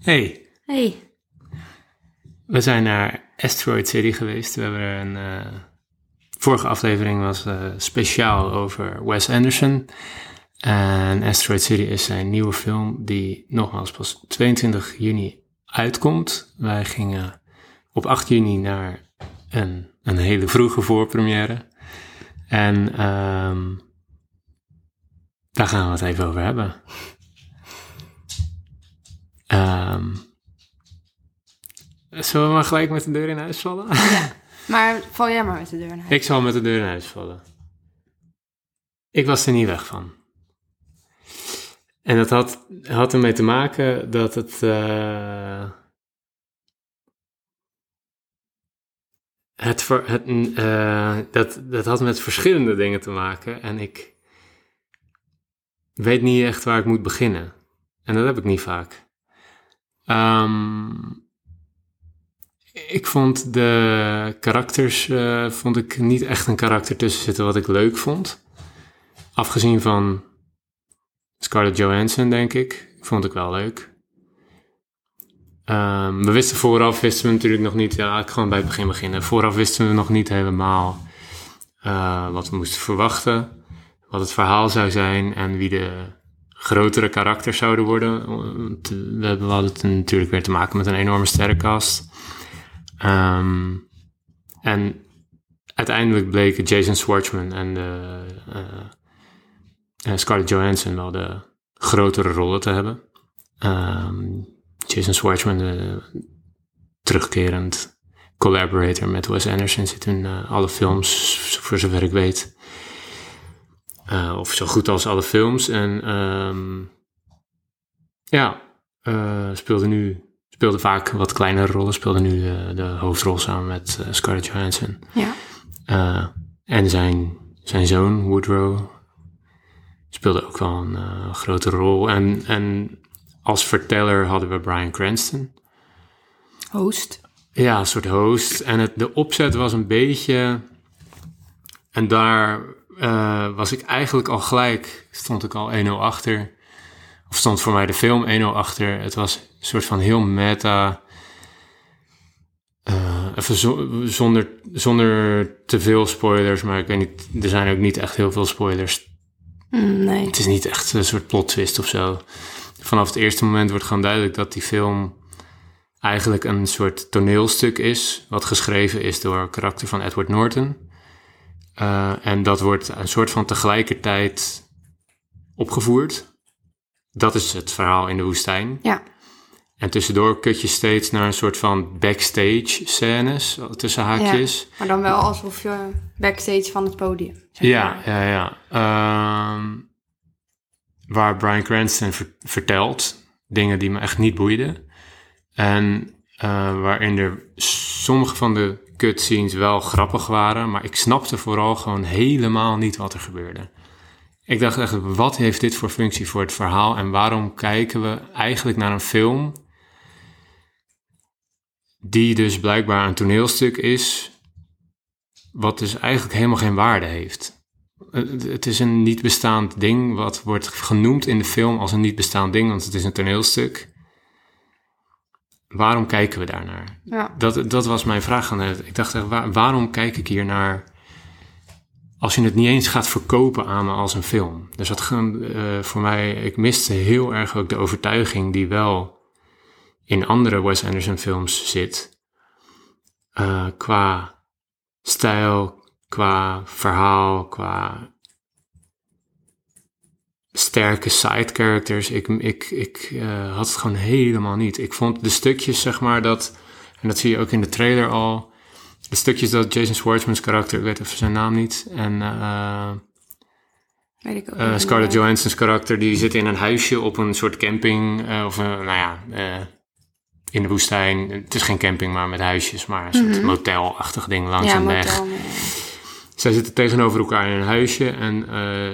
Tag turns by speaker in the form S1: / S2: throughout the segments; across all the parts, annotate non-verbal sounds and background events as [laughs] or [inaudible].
S1: Hey,
S2: Hey,
S1: we zijn naar Asteroid City geweest. We hebben er een. eh, vorige aflevering was eh, speciaal over Wes Anderson. En Asteroid City is zijn nieuwe film, die nogmaals pas 22 juni uitkomt. Wij gingen op 8 juni naar een, een hele vroege voorpremière. En ehm, daar gaan we het even over hebben. Ehm, zullen we maar gelijk met de deur in huis vallen? [laughs]
S2: maar val jij maar met de deur naar huis.
S1: Ik zal met de deur in huis vallen. Ik was er niet weg van. En dat had, had ermee te maken dat het. eh, het, ver- het eh, dat, dat had met verschillende dingen te maken. En ik weet niet echt waar ik moet beginnen. En dat heb ik niet vaak. Ehm ik vond de karakters eh, vond ik niet echt een karakter tussen zitten wat ik leuk vond. Afgezien van Scarlett Johansson, denk ik. Vond ik wel leuk. Ehm, we wisten vooraf, wisten we natuurlijk nog niet... Ja, laat ik gewoon bij het begin beginnen. Vooraf wisten we nog niet helemaal eh, wat we moesten verwachten. Wat het verhaal zou zijn en wie de grotere karakters zouden worden. Want eh, We hebben- we hadden het natuurlijk weer te maken met een enorme sterrenkast. Ehm, en uiteindelijk bleken Jason Schwartzman en de, eh, eh, Scarlett Johansson wel de grotere rollen te hebben. Ehm, Jason Schwartzman, de terugkerend collaborator met Wes Anderson, zit in eh, alle films, voor zover ik weet. Eh, of zo goed als alle films. En ehm, ja, eh, speelde nu speelde vaak wat kleinere rollen. Speelde nu eh, de hoofdrol samen met eh, Scarlett Johansson.
S2: Ja.
S1: Eh, en zijn, zijn zoon, Woodrow, speelde ook wel een eh, grote rol. En, en als verteller hadden we Brian Cranston.
S2: Host.
S1: Ja, een soort host. En het, de opzet was een beetje... En daar eh, was ik eigenlijk al gelijk... stond ik al 1-0 achter. Of stond voor mij de film 1-0 achter. Het was een soort van heel meta... eh, even zo- zonder, zonder te veel spoilers, maar ik weet niet... Er zijn ook niet echt heel veel spoilers
S2: Mm, nee.
S1: het is niet echt een soort plot twist of zo. Vanaf het eerste moment wordt gewoon duidelijk dat die film eigenlijk een soort toneelstuk is, wat geschreven is door het karakter van Edward Norton. Eh, en dat wordt een soort van tegelijkertijd opgevoerd. Dat is het verhaal in de woestijn.
S2: Ja.
S1: En tussendoor kut je steeds naar een soort van backstage scènes, tussen haakjes.
S2: Maar dan wel alsof je backstage van het podium. zeg
S1: Ja,
S2: maar.
S1: ja, ja. Ehm, waar Brian Cranston ver- vertelt dingen die me echt niet boeiden. En eh, waarin er sommige van de cutscenes wel grappig waren, maar ik snapte vooral gewoon helemaal niet wat er gebeurde. Ik dacht echt, wat heeft dit voor functie voor het verhaal en waarom kijken we eigenlijk naar een film die dus blijkbaar een toneelstuk is, wat dus eigenlijk helemaal geen waarde heeft. Eh, Het het is een niet bestaand ding, wat wordt genoemd in de film als een niet bestaand ding, want het is een toneelstuk. Waarom kijken we daarnaar?
S2: Ja.
S1: Dat, dat was mijn vraag aan het. Ik dacht echt, waar- waarom kijk ik hier naar als je het niet eens gaat verkopen aan me als een film? Dus dat gaan, eh, voor mij, ik miste heel erg ook de overtuiging die wel in andere Wes Anderson films zit. Eh, qua stijl, qua verhaal, qua sterke side characters. Ik, ik, ik eh, had het gewoon helemaal niet. Ik vond de stukjes, zeg maar, dat, en dat zie je ook in de trailer al, de stukjes dat Jason Schwartzman's karakter, ik weet even zijn naam niet, en eh,
S2: Weet ik ook.
S1: eh,
S2: niet.
S1: Scarlett Johansson's karakter, die zit in een huisje op een soort camping, eh, of een, nou ja, eh, in de woestijn. Het is geen camping, maar met huisjes, maar een soort motelachtig ding langs
S2: Mhm. Ja, eh,
S1: een weg.
S2: motel. nee.
S1: Zij zitten tegenover elkaar in een huisje en eh,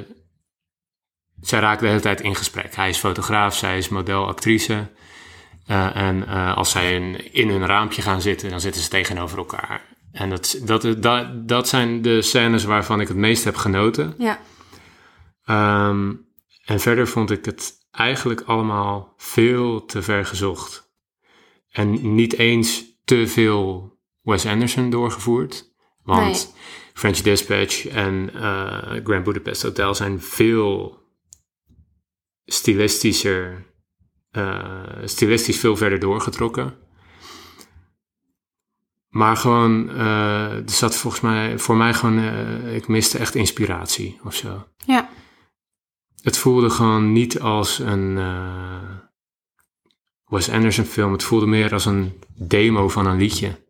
S1: zij raken de hele tijd in gesprek. Hij is fotograaf, zij is modelactrice. Eh, en eh, als zij in, in hun raampje gaan zitten, dan zitten ze tegenover elkaar. En dat, is- dat, is- dat, dat zijn de scènes waarvan ik het meest heb genoten.
S2: Ja.
S1: Ehm, en verder vond ik het eigenlijk allemaal veel te ver gezocht. en niet eens te veel Wes Anderson doorgevoerd. Want French Dispatch en eh, Grand Budapest Hotel zijn veel stilistischer, eh, stilistisch veel verder doorgetrokken. Maar gewoon, eh, er zat volgens mij, voor mij gewoon, eh, ik miste echt inspiratie of zo.
S2: Ja.
S1: Het voelde gewoon niet als een eh, Wes Anderson film. Het voelde meer als een demo van een liedje.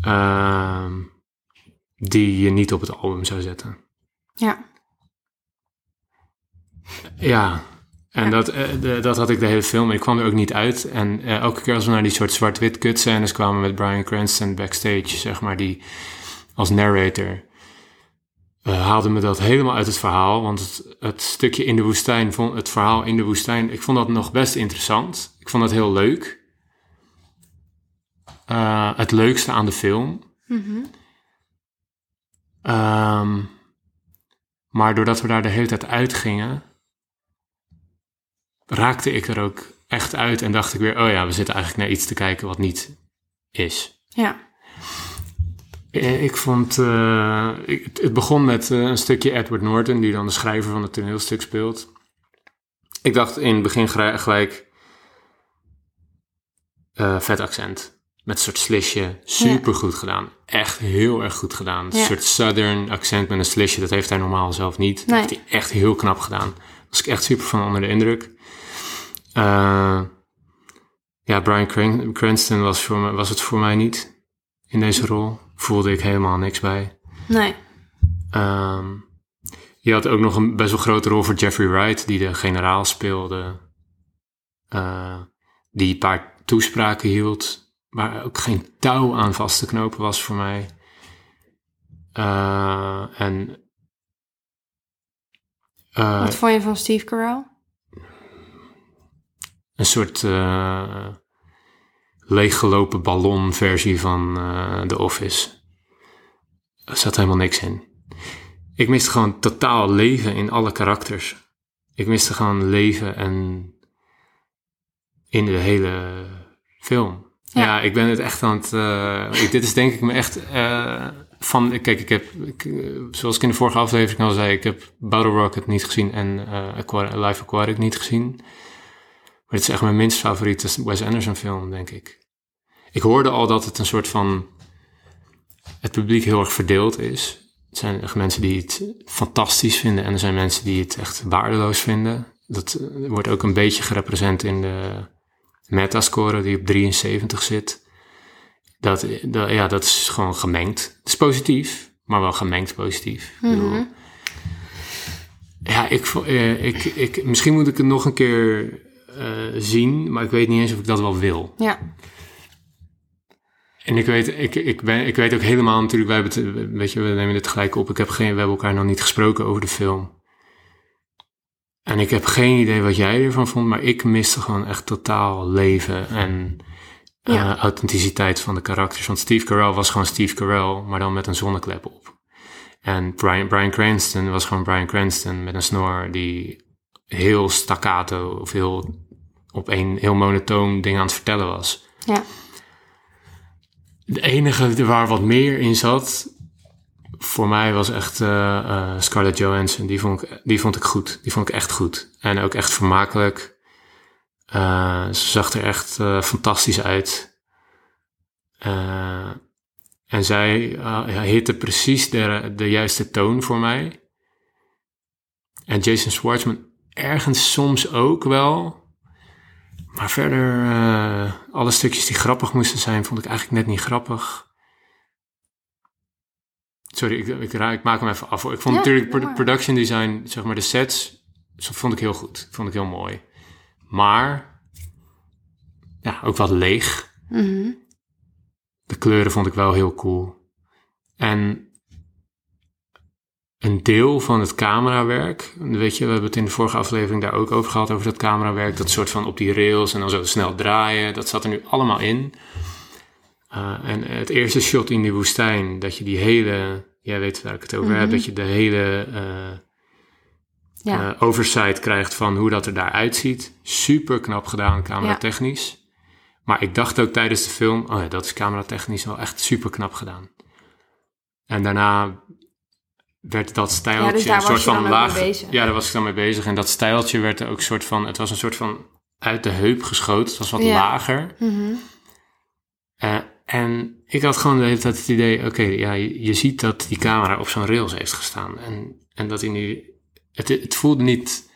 S1: Ehm, die je niet op het album zou zetten.
S2: Ja.
S1: Ja, en
S2: Ja.
S1: Dat, eh, de- dat had ik de hele film. Ik kwam er ook niet uit. En eh, elke keer als we naar die soort zwart-wit kutscènes kwamen met Brian Cranston backstage, zeg maar, die als narrator, eh, haalde me dat helemaal uit het verhaal. Want het, het stukje in de woestijn, vond, het verhaal in de woestijn, ik vond dat nog best interessant. Ik vond dat heel leuk. Eh, het leukste aan de film.
S2: Mhm.
S1: Ehm, maar doordat we daar de hele tijd uitgingen, raakte ik er ook echt uit en dacht ik weer, oh ja, we zitten eigenlijk naar iets te kijken wat niet is.
S2: Ja.
S1: Eh, Ik vond, eh, ik- het- het begon met eh, een stukje Edward Norton, die dan de schrijver van het toneelstuk speelt. Ik dacht in het begin gra- gelijk, eh, vet accent. Met een soort slisje. Super goed gedaan. Echt heel erg goed gedaan. Een
S2: Ja.
S1: soort southern accent met een slisje. Dat heeft hij normaal zelf niet. Dat
S2: Nee.
S1: heeft hij echt heel knap gedaan. Daar was ik echt super van onder de indruk. Eh, ja, Brian Cran- Cranston was, voor me, was het voor mij niet. In deze rol voelde ik helemaal niks bij.
S2: Nee.
S1: Ehm, je had ook nog een best wel grote rol voor Jeffrey Wright, die de generaal speelde. Eh, die een paar toespraken hield, maar ook geen touw aan vast te knopen was voor mij. Eh, en. eh,
S2: Wat vond je van Steve Carell?
S1: een soort eh, leeggelopen ballonversie van eh The Office. Er zat helemaal niks in. Ik miste gewoon totaal leven in alle karakters. Ik miste gewoon leven en in de hele film. Ja,
S2: Ja.
S1: ik ben het echt aan het... eh, ik- dit is denk ik me echt eh, van... Kijk, ik heb... ik, eh, zoals ik in de vorige aflevering al zei... Ik heb Battle Rocket niet gezien en eh, Aqua- Life Aquatic niet gezien. Maar het is echt mijn minst favoriete Wes Anderson film, denk ik. Ik hoorde al dat het een soort van... Het publiek heel erg verdeeld is. Er zijn echt mensen die het fantastisch vinden... en er zijn mensen die het echt waardeloos vinden. Dat eh, wordt ook een beetje gerepresent in de metascore... die op 73 zit. Dat, eh, dat- ja, dat is gewoon gemengd. Het is positief, maar wel gemengd positief. Ik bedoel,
S2: Mhm.
S1: ja, ik, vo- eh, ik, ik, misschien moet ik het nog een keer eh, zien, maar ik weet niet eens of ik dat wel wil.
S2: Ja.
S1: En ik weet, ik, ik, ben, ik weet ook helemaal natuurlijk, wij hebben het, weet je, we nemen dit gelijk op. Ik heb geen, we hebben elkaar nog niet gesproken over de film. En ik heb geen idee wat jij ervan vond, maar ik miste gewoon echt totaal leven en eh,
S2: Ja.
S1: authenticiteit van de karakters. Want Steve Carell was gewoon Steve Carell, maar dan met een zonneklep op. En Brian, Brian Cranston was gewoon Brian Cranston met een snor die heel staccato of heel op een heel monotoon ding aan het vertellen was.
S2: Ja.
S1: De enige waar wat meer in zat, voor mij was echt eh, eh, Scarlett Johansson. Die vond, ik, die vond ik goed. Die vond ik echt goed. En ook echt vermakelijk. Eh, ze zag er echt eh, fantastisch uit. Eh, en zij eh, ja, hitte precies de, de juiste toon voor mij. En Jason Schwartzman ergens soms ook wel. Maar verder, eh, alle stukjes die grappig moesten zijn, vond ik eigenlijk net niet grappig. Sorry, ik, ik, raak- ik maak hem even af. hoor. Ik vond
S2: Ja,
S1: natuurlijk
S2: doe
S1: pro-
S2: maar.
S1: production design, zeg maar de sets, zo- vond ik heel goed. Vond ik heel mooi. Maar, ja, ook wat leeg.
S2: Mhm.
S1: De kleuren vond ik wel heel cool. En een deel van het camerawerk, weet je, we hebben het in de vorige aflevering daar ook over gehad, over dat camerawerk, dat soort van op die rails en dan zo snel draaien, dat zat er nu allemaal in. Uh, en het eerste shot in die woestijn, dat je die hele, jij weet waar ik het over heb, dat je de hele eh,
S2: Ja.
S1: eh, oversight krijgt van hoe dat er daar uitziet. Super knap gedaan, cameratechnisch. Maar ik dacht ook tijdens de film, oh ja, dat is cameratechnisch wel echt super knap gedaan. En daarna werd dat stijltje
S2: dus daar
S1: een
S2: was
S1: soort
S2: je dan
S1: van
S2: ook
S1: laag.
S2: mee bezig.
S1: Ja, daar was ik dan mee bezig. En dat stijltje werd er ook een soort van, het was een soort van uit de heup geschoten. Het was wat
S2: Ja.
S1: lager.
S2: Mhm.
S1: Eh, en ik had gewoon de hele tijd het idee, oké, ja, je, je ziet dat die camera op zo'n rails heeft gestaan. En, en dat hij nu, het, het voelde niet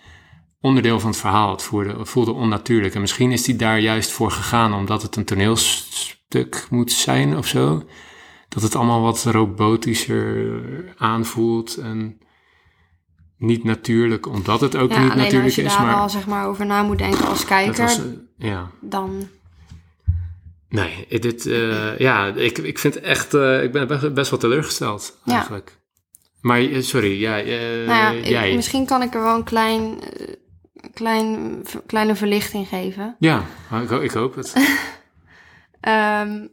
S1: onderdeel van het verhaal, het voelde, het voelde onnatuurlijk. En misschien is hij daar juist voor gegaan, omdat het een toneelstuk moet zijn of zo. Dat het allemaal wat robotischer aanvoelt en niet natuurlijk, omdat het ook
S2: Ja,
S1: niet
S2: alleen als
S1: natuurlijk
S2: je
S1: is.
S2: daar
S1: Maar
S2: al zeg maar over na moet denken als
S1: dat
S2: kijker,
S1: was, eh, ja.
S2: dan...
S1: Nee, eh, dit, eh, ja, ik, ik vind echt, eh, ik ben best, best wel teleurgesteld
S2: Ja.
S1: eigenlijk. Maar eh, sorry, ja, eh,
S2: nou ja, ik-
S1: jij.
S2: misschien kan ik er wel een klein, eh, klein, v- kleine verlichting geven.
S1: Ja, ik, ho- ik hoop het.
S2: [laughs] Ehm,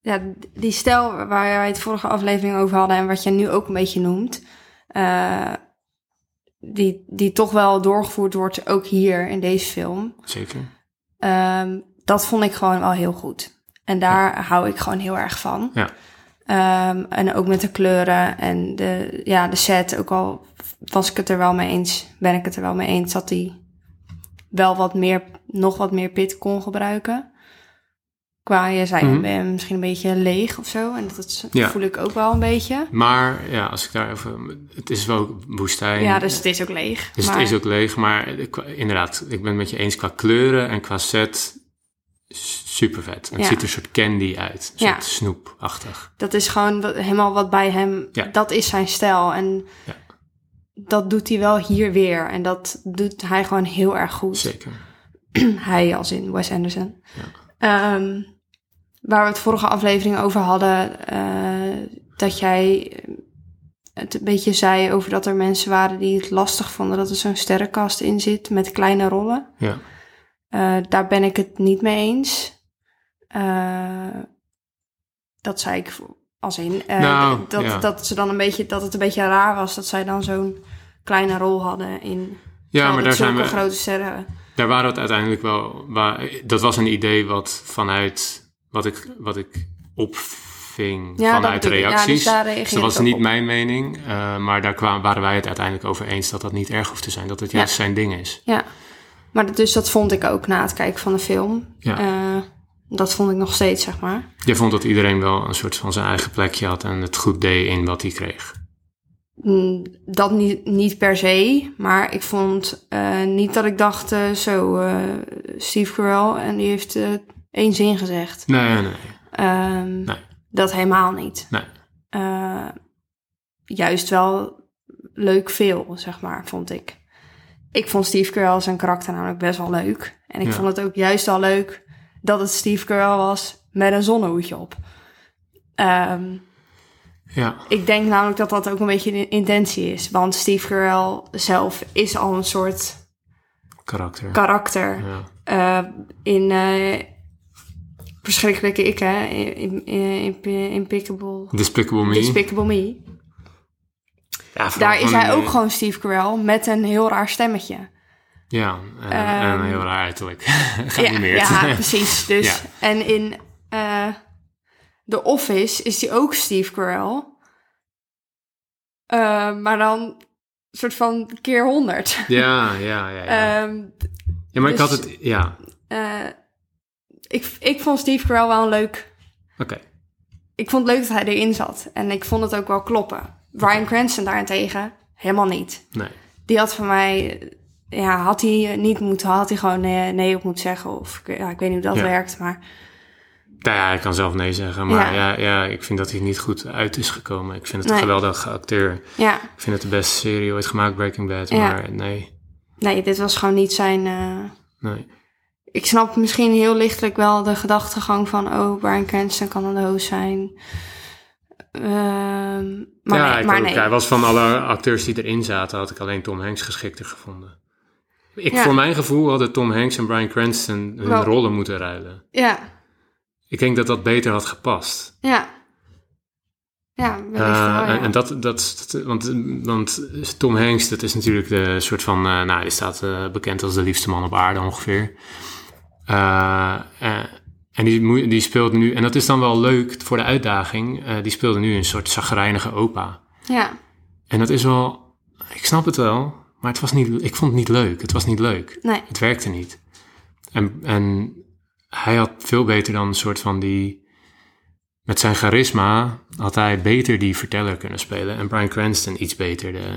S2: ja, d- die stijl waar wij het vorige aflevering over hadden en wat jij nu ook een beetje noemt, eh, die, die toch wel doorgevoerd wordt, ook hier in deze film,
S1: Zeker.
S2: ehm, dat vond ik gewoon wel heel goed. En daar hou ik gewoon heel erg van.
S1: Ja.
S2: Ehm, en ook met de kleuren en de, ja, de set, ook al was ik het er wel mee eens, ben ik het er wel mee eens dat die wel wat meer, nog wat meer pit kon gebruiken qua je zei
S1: Mhm.
S2: ben je misschien een beetje leeg of zo en dat is-
S1: Ja.
S2: voel ik ook wel een beetje.
S1: Maar ja, als ik daar even, het is wel woestijn.
S2: ja, dus het is ook leeg.
S1: Dus
S2: maar
S1: het is ook leeg, maar eh, qua- inderdaad, ik ben het met je eens qua kleuren en qua set. Super vet. Het
S2: Ja.
S1: ziet er een soort candy uit. Een soort
S2: Ja.
S1: snoepachtig.
S2: dat is gewoon wat- helemaal wat bij hem.
S1: Ja.
S2: Dat is zijn stijl en
S1: Ja.
S2: dat doet hij wel hier weer en dat doet hij gewoon heel erg goed.
S1: Zeker.
S2: [clears throat] hij als in Wes Anderson. Ehm, waar we het vorige aflevering over hadden, eh, dat jij eh, het een beetje zei over dat er mensen waren die het lastig vonden dat er zo'n sterrenkast in zit met kleine rollen.
S1: Ja.
S2: Eh, daar ben ik het niet mee eens. Eh, dat zei ik voor- als in eh,
S1: Nou,
S2: dat,
S1: ja.
S2: dat ze dan een beetje dat het een beetje raar was dat zij dan zo'n kleine rol hadden in
S1: Ja,
S2: terwijl
S1: maar
S2: het
S1: daar zijn
S2: zulke
S1: we,
S2: grote sterren.
S1: Daar waren we het uiteindelijk wel. Waar, dat was een idee wat vanuit wat ik, wat ik opving
S2: Ja,
S1: vanuit
S2: dat bedoel ik. Ja, dus
S1: reacties.
S2: daar reageer
S1: dat
S2: ik
S1: was
S2: ook
S1: niet
S2: op.
S1: mijn mening. eh, maar daar kwamen, waren wij het uiteindelijk over eens dat dat niet erg hoeft te zijn. Dat het juist zijn ding is.
S2: Ja, maar dat- dus dat vond ik ook na het kijken van de film.
S1: Ja.
S2: Eh, dat vond ik nog steeds, zeg maar.
S1: Je vond dat iedereen wel een soort van zijn eigen plekje had en het goed deed in wat hij kreeg.
S2: Mm, Dat niet, niet per se, maar ik vond eh, niet dat ik dacht, eh, zo, eh, Steve Carell, en die heeft eh, één zin gezegd.
S1: Nee, nee, nee.
S2: Ehm,
S1: Nee.
S2: Dat helemaal niet.
S1: Nee.
S2: Eh, juist wel leuk veel, zeg maar, vond ik. Ik vond Steve Carell zijn karakter namelijk best wel leuk. En ik
S1: Ja.
S2: vond het ook juist al leuk dat het Steve Carell was met een zonnehoedje op. Ehm,
S1: Ja,
S2: ik denk namelijk dat dat ook een beetje de intentie is. Want Steve Carell zelf is al een soort
S1: karakter.
S2: karakter
S1: ja.
S2: eh, in eh, verschrikkelijke ik, hè? In, in, in, in Impeccable.
S1: Despicable Me.
S2: Despicable Me.
S1: Ja, vooral
S2: Daar is
S1: gewoon-
S2: hij ook gewoon Steve Carell met een heel raar stemmetje.
S1: Ja, en,
S2: Ehm,
S1: en heel raar uiterlijk. [laughs]
S2: Ja,
S1: Geanimeerd. [laughs]
S2: ja, precies. Dus,
S1: Ja.
S2: En in eh, The Office is hij ook Steve Carell. Eh, maar dan soort van keer honderd.
S1: ja, ja, ja. Ja,
S2: Ehm
S1: ja maar ik
S2: dus-
S1: had het... Ja,
S2: eh, ik, ik vond Steve Carell wel een leuk
S1: oké.
S2: ik vond het leuk dat hij erin zat. En ik vond het ook wel kloppen. Bryan Cranston daarentegen, helemaal niet.
S1: Nee.
S2: Die had van mij, eh, ja, had hij niet moeten, had hij gewoon nee, nee op moeten zeggen. Of ik- ja, ik weet niet hoe dat
S1: Ja.
S2: werkt, maar
S1: Nou ja, ik kan zelf nee zeggen, maar
S2: Ja.
S1: ja. Ja, ik vind dat hij niet goed uit is gekomen. Ik vind het
S2: Nee.
S1: een geweldige acteur.
S2: ja,
S1: Ik vind het de beste serie ooit gemaakt, Breaking Bad.
S2: Ja.
S1: Maar nee,
S2: nee, dit was gewoon niet zijn. eh,
S1: nee.
S2: ik snap misschien heel lichtelijk wel de gedachtegang van, oh, Bryan Cranston kan een host zijn. Ehm, maar
S1: ja,
S2: nee,
S1: ik
S2: maar
S1: ook.
S2: nee.
S1: Hij was van alle acteurs die erin zaten, had ik alleen Tom Hanks geschikter gevonden. Ik,
S2: Ja.
S1: Voor mijn gevoel hadden Tom Hanks en Bryan Cranston hun
S2: Wel-
S1: rollen moeten ruilen.
S2: Ja,
S1: Ik denk dat dat beter had gepast.
S2: ja. Ja, wellicht
S1: Eh,
S2: wel, ja.
S1: En, en dat, dat, dat- want, want Tom Hanks, dat is natuurlijk de soort van, eh, nou, die staat eh, bekend als de liefste man op aarde ongeveer. Eh, eh, En die, moe- die speelt nu, en dat is dan wel leuk voor de uitdaging, eh, die speelde nu een soort zagrijnige opa.
S2: Ja,
S1: En dat is wel, ik snap het wel, maar het was niet, ik vond het niet leuk. Het was niet leuk.
S2: nee.
S1: Het werkte niet. En, en hij had veel beter dan een soort van die. Met zijn charisma had hij beter die verteller kunnen spelen. En Brian Cranston iets beter de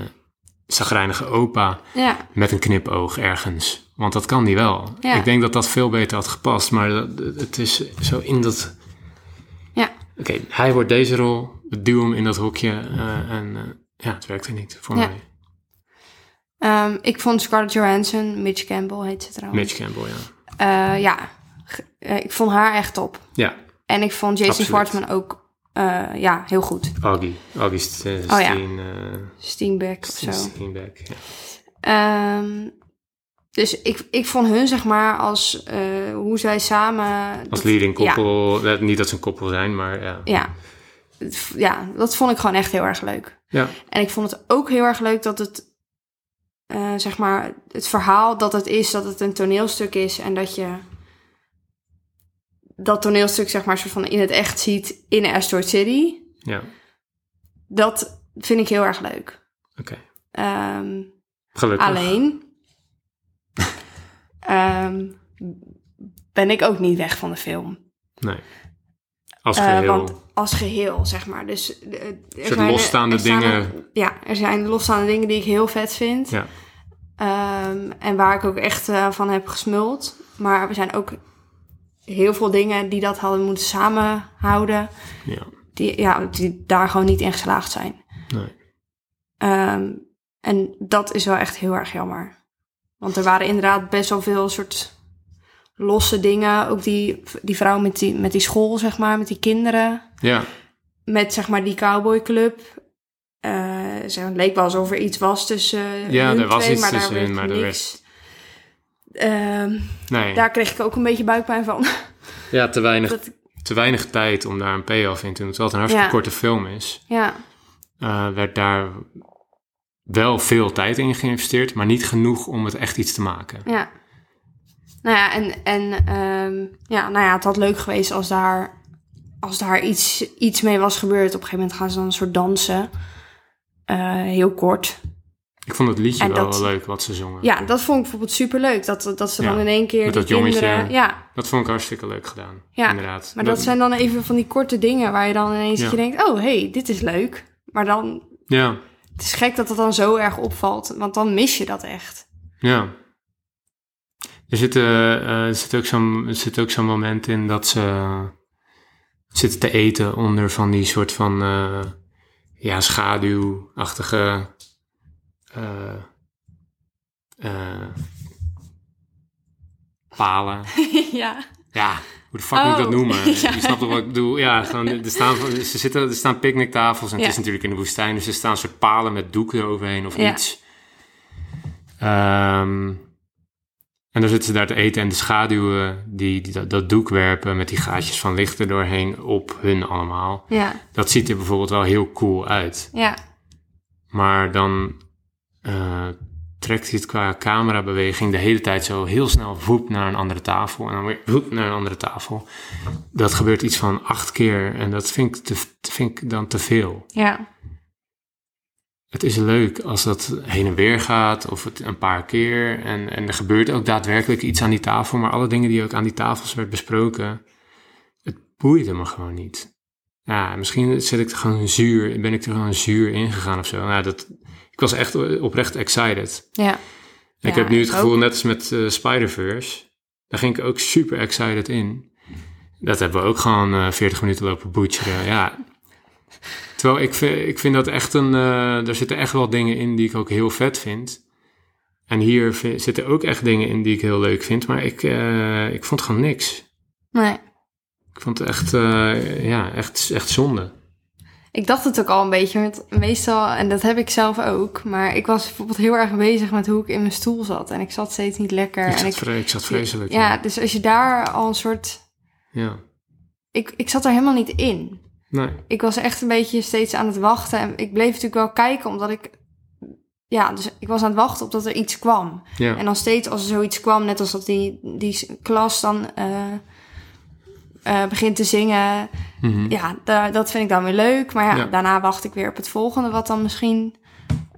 S1: zagrijnige opa
S2: Ja,
S1: met een knipoog ergens. Want dat kan die wel.
S2: Ja.
S1: Ik denk dat dat veel beter had gepast. Maar dat- het is zo in dat...
S2: ja.
S1: Oké, hij wordt deze rol. Duw hem in dat hokje. eh, en eh, ja, het werkte niet voor
S2: Ja.
S1: mij.
S2: Ehm, ik vond Scarlett Johansson, Mitch Campbell heet ze trouwens.
S1: Mitch Campbell, ja.
S2: Eh, ja, Ge- eh, ik vond haar echt top.
S1: Ja,
S2: En ik vond Jason
S1: Absoluut.
S2: Schwartzman ook eh, ja, heel goed.
S1: Augie. Augie Steen...
S2: Oh ja.
S1: eh,
S2: Steenbeck of zo.
S1: Steenbeck, ja.
S2: Ehm, dus ik, ik vond hun, zeg maar, als eh, hoe zij samen.
S1: Als leading koppel, eh, niet dat ze een koppel zijn, maar ja.
S2: Ja, Het v- ja, dat vond ik gewoon echt heel erg leuk.
S1: Ja,
S2: En ik vond het ook heel erg leuk dat het, eh, zeg maar, het verhaal dat het is, dat het een toneelstuk is en dat je dat toneelstuk, zeg maar, soort van in het echt ziet in Astor City.
S1: ja. oké.
S2: Dat vind ik heel erg leuk. Ehm,
S1: Gelukkig.
S2: alleen ehm, ben ik ook niet weg van de film.
S1: Nee. Als
S2: Eh,
S1: geheel.
S2: want als geheel, zeg maar. Dus, eh, er
S1: soort
S2: zijn-
S1: losstaande
S2: er staan-
S1: dingen.
S2: ja, er zijn losstaande dingen die ik heel vet vind.
S1: Ja.
S2: Ehm, en waar ik ook echt eh, van heb gesmuld. Maar er zijn ook heel veel dingen die dat hadden moeten samenhouden.
S1: ja.
S2: Die, ja, die daar gewoon niet in geslaagd zijn.
S1: Nee.
S2: Ehm, en dat is wel echt heel erg jammer. Want er waren inderdaad best wel veel soort losse dingen. Ook die, die vrouw met die, met die school, zeg maar, met die kinderen
S1: Ja,
S2: met zeg maar die cowboyclub. eh zeg, maar, het leek wel alsof er iets was tussen
S1: Ja,
S2: hun
S1: er was
S2: twee,
S1: iets
S2: maar daar
S1: tussenin,
S2: werd
S1: maar de
S2: niks.
S1: rest-
S2: Ehm,
S1: nee.
S2: daar kreeg ik ook een beetje buikpijn van. [laughs]
S1: ja te, weinig,
S2: Dat-
S1: te weinig tijd om daar een payoff in te doen. Terwijl het een hartstikke
S2: Ja.
S1: korte film is,
S2: ja,
S1: eh, werd daar wel veel tijd in geïnvesteerd, maar niet genoeg om het echt iets te maken.
S2: ja. Nou ja, en, en ehm, ja, nou ja, het had leuk geweest als daar, als daar iets, iets mee was gebeurd. Op een gegeven moment gaan ze dan een soort dansen. Eh, heel kort.
S1: Ik vond het liedje
S2: En
S1: wel
S2: dat-
S1: leuk wat ze zongen.
S2: Ja, dat vond ik bijvoorbeeld superleuk. Dat, dat ze
S1: Ja,
S2: dan in één keer
S1: met
S2: die
S1: dat jongetje.
S2: kinderen... Ja,
S1: Dat vond ik hartstikke leuk gedaan.
S2: Ja,
S1: inderdaad.
S2: Maar dat, zijn dan even van die korte dingen waar je dan ineens
S1: Ja.
S2: dat je denkt, oh hey, dit is leuk. Maar dan,
S1: Ja,
S2: het is gek dat dat dan zo erg opvalt, want dan mis je dat echt. [laughs]
S1: Ja. Er zit, eh, eh, er zit ook zo'n er zit ook zo'n moment in dat ze zitten te eten onder van die soort van eh, ja, schaduwachtige eh, eh, palen.
S2: ja.
S1: Ja, hoe de fuck moet ik dat
S2: Oh, [laughs]
S1: noemen?
S2: ja.
S1: Je snapt toch wat ik bedoel? Ja, gewoon, er, staan, ze zitten, er staan picknicktafels en
S2: Ja.
S1: het is natuurlijk in de woestijn. Dus er staan soort palen met doeken eroverheen of
S2: Ja.
S1: iets. Ehm, en dan zitten ze daar te eten en de schaduwen die, die dat, dat doek werpen... met die gaatjes van licht er doorheen op hun allemaal.
S2: Ja,
S1: Dat ziet er bijvoorbeeld wel heel cool uit.
S2: ja,
S1: Maar dan eh, trekt hij het qua camerabeweging de hele tijd zo heel snel voep naar een andere tafel. En dan weer voep naar een andere tafel. Dat gebeurt iets van acht keer. En dat vind ik, te, vind ik dan te veel.
S2: ja,
S1: Het is leuk als dat heen en weer gaat. Of het een paar keer. En, en er gebeurt ook daadwerkelijk iets aan die tafel. Maar alle dingen die ook aan die tafels werd besproken. Het boeide me gewoon niet. Ja, misschien zit ik er gewoon zuur. Ben ik er gewoon zuur ingegaan of zo. Nou, dat, ik was echt oprecht excited.
S2: ja.
S1: En ik
S2: Ja,
S1: heb nu het
S2: ik
S1: gevoel, net als met eh, Spider-Verse, daar ging ik ook super excited in. Dat hebben we ook gewoon eh 40 minuten lopen boetjeren, ja. Terwijl ik, vind- ik vind dat echt een... eh er zitten echt wel dingen in die ik ook heel vet vind. En hier vi- zitten ook echt dingen in die ik heel leuk vind. Maar ik, eh, ik vond gewoon niks.
S2: Nee.
S1: Ik vond het echt, eh, ja, echt, echt zonde.
S2: Ik dacht het ook al een beetje, want meestal, en dat heb ik zelf ook, maar ik was bijvoorbeeld heel erg bezig met hoe ik in mijn stoel zat. En ik zat steeds niet lekker.
S1: Ik
S2: en
S1: zat, vre- ik zat vreselijk.
S2: Ja, dus als je daar al een soort...
S1: ja.
S2: Ik, ik zat er helemaal niet in.
S1: Nee,
S2: ik was echt een beetje steeds aan het wachten. En ik bleef natuurlijk wel kijken, omdat ik... Ja, dus ik was aan het wachten op dat er iets kwam.
S1: ja.
S2: En dan steeds als er zoiets kwam, net als dat die, die s- klas dan... eh, eh, begint te zingen.
S1: Mhm.
S2: Ja, da- dat vind ik dan weer leuk. Maar ja,
S1: Ja.
S2: daarna wacht ik weer op het volgende, wat dan misschien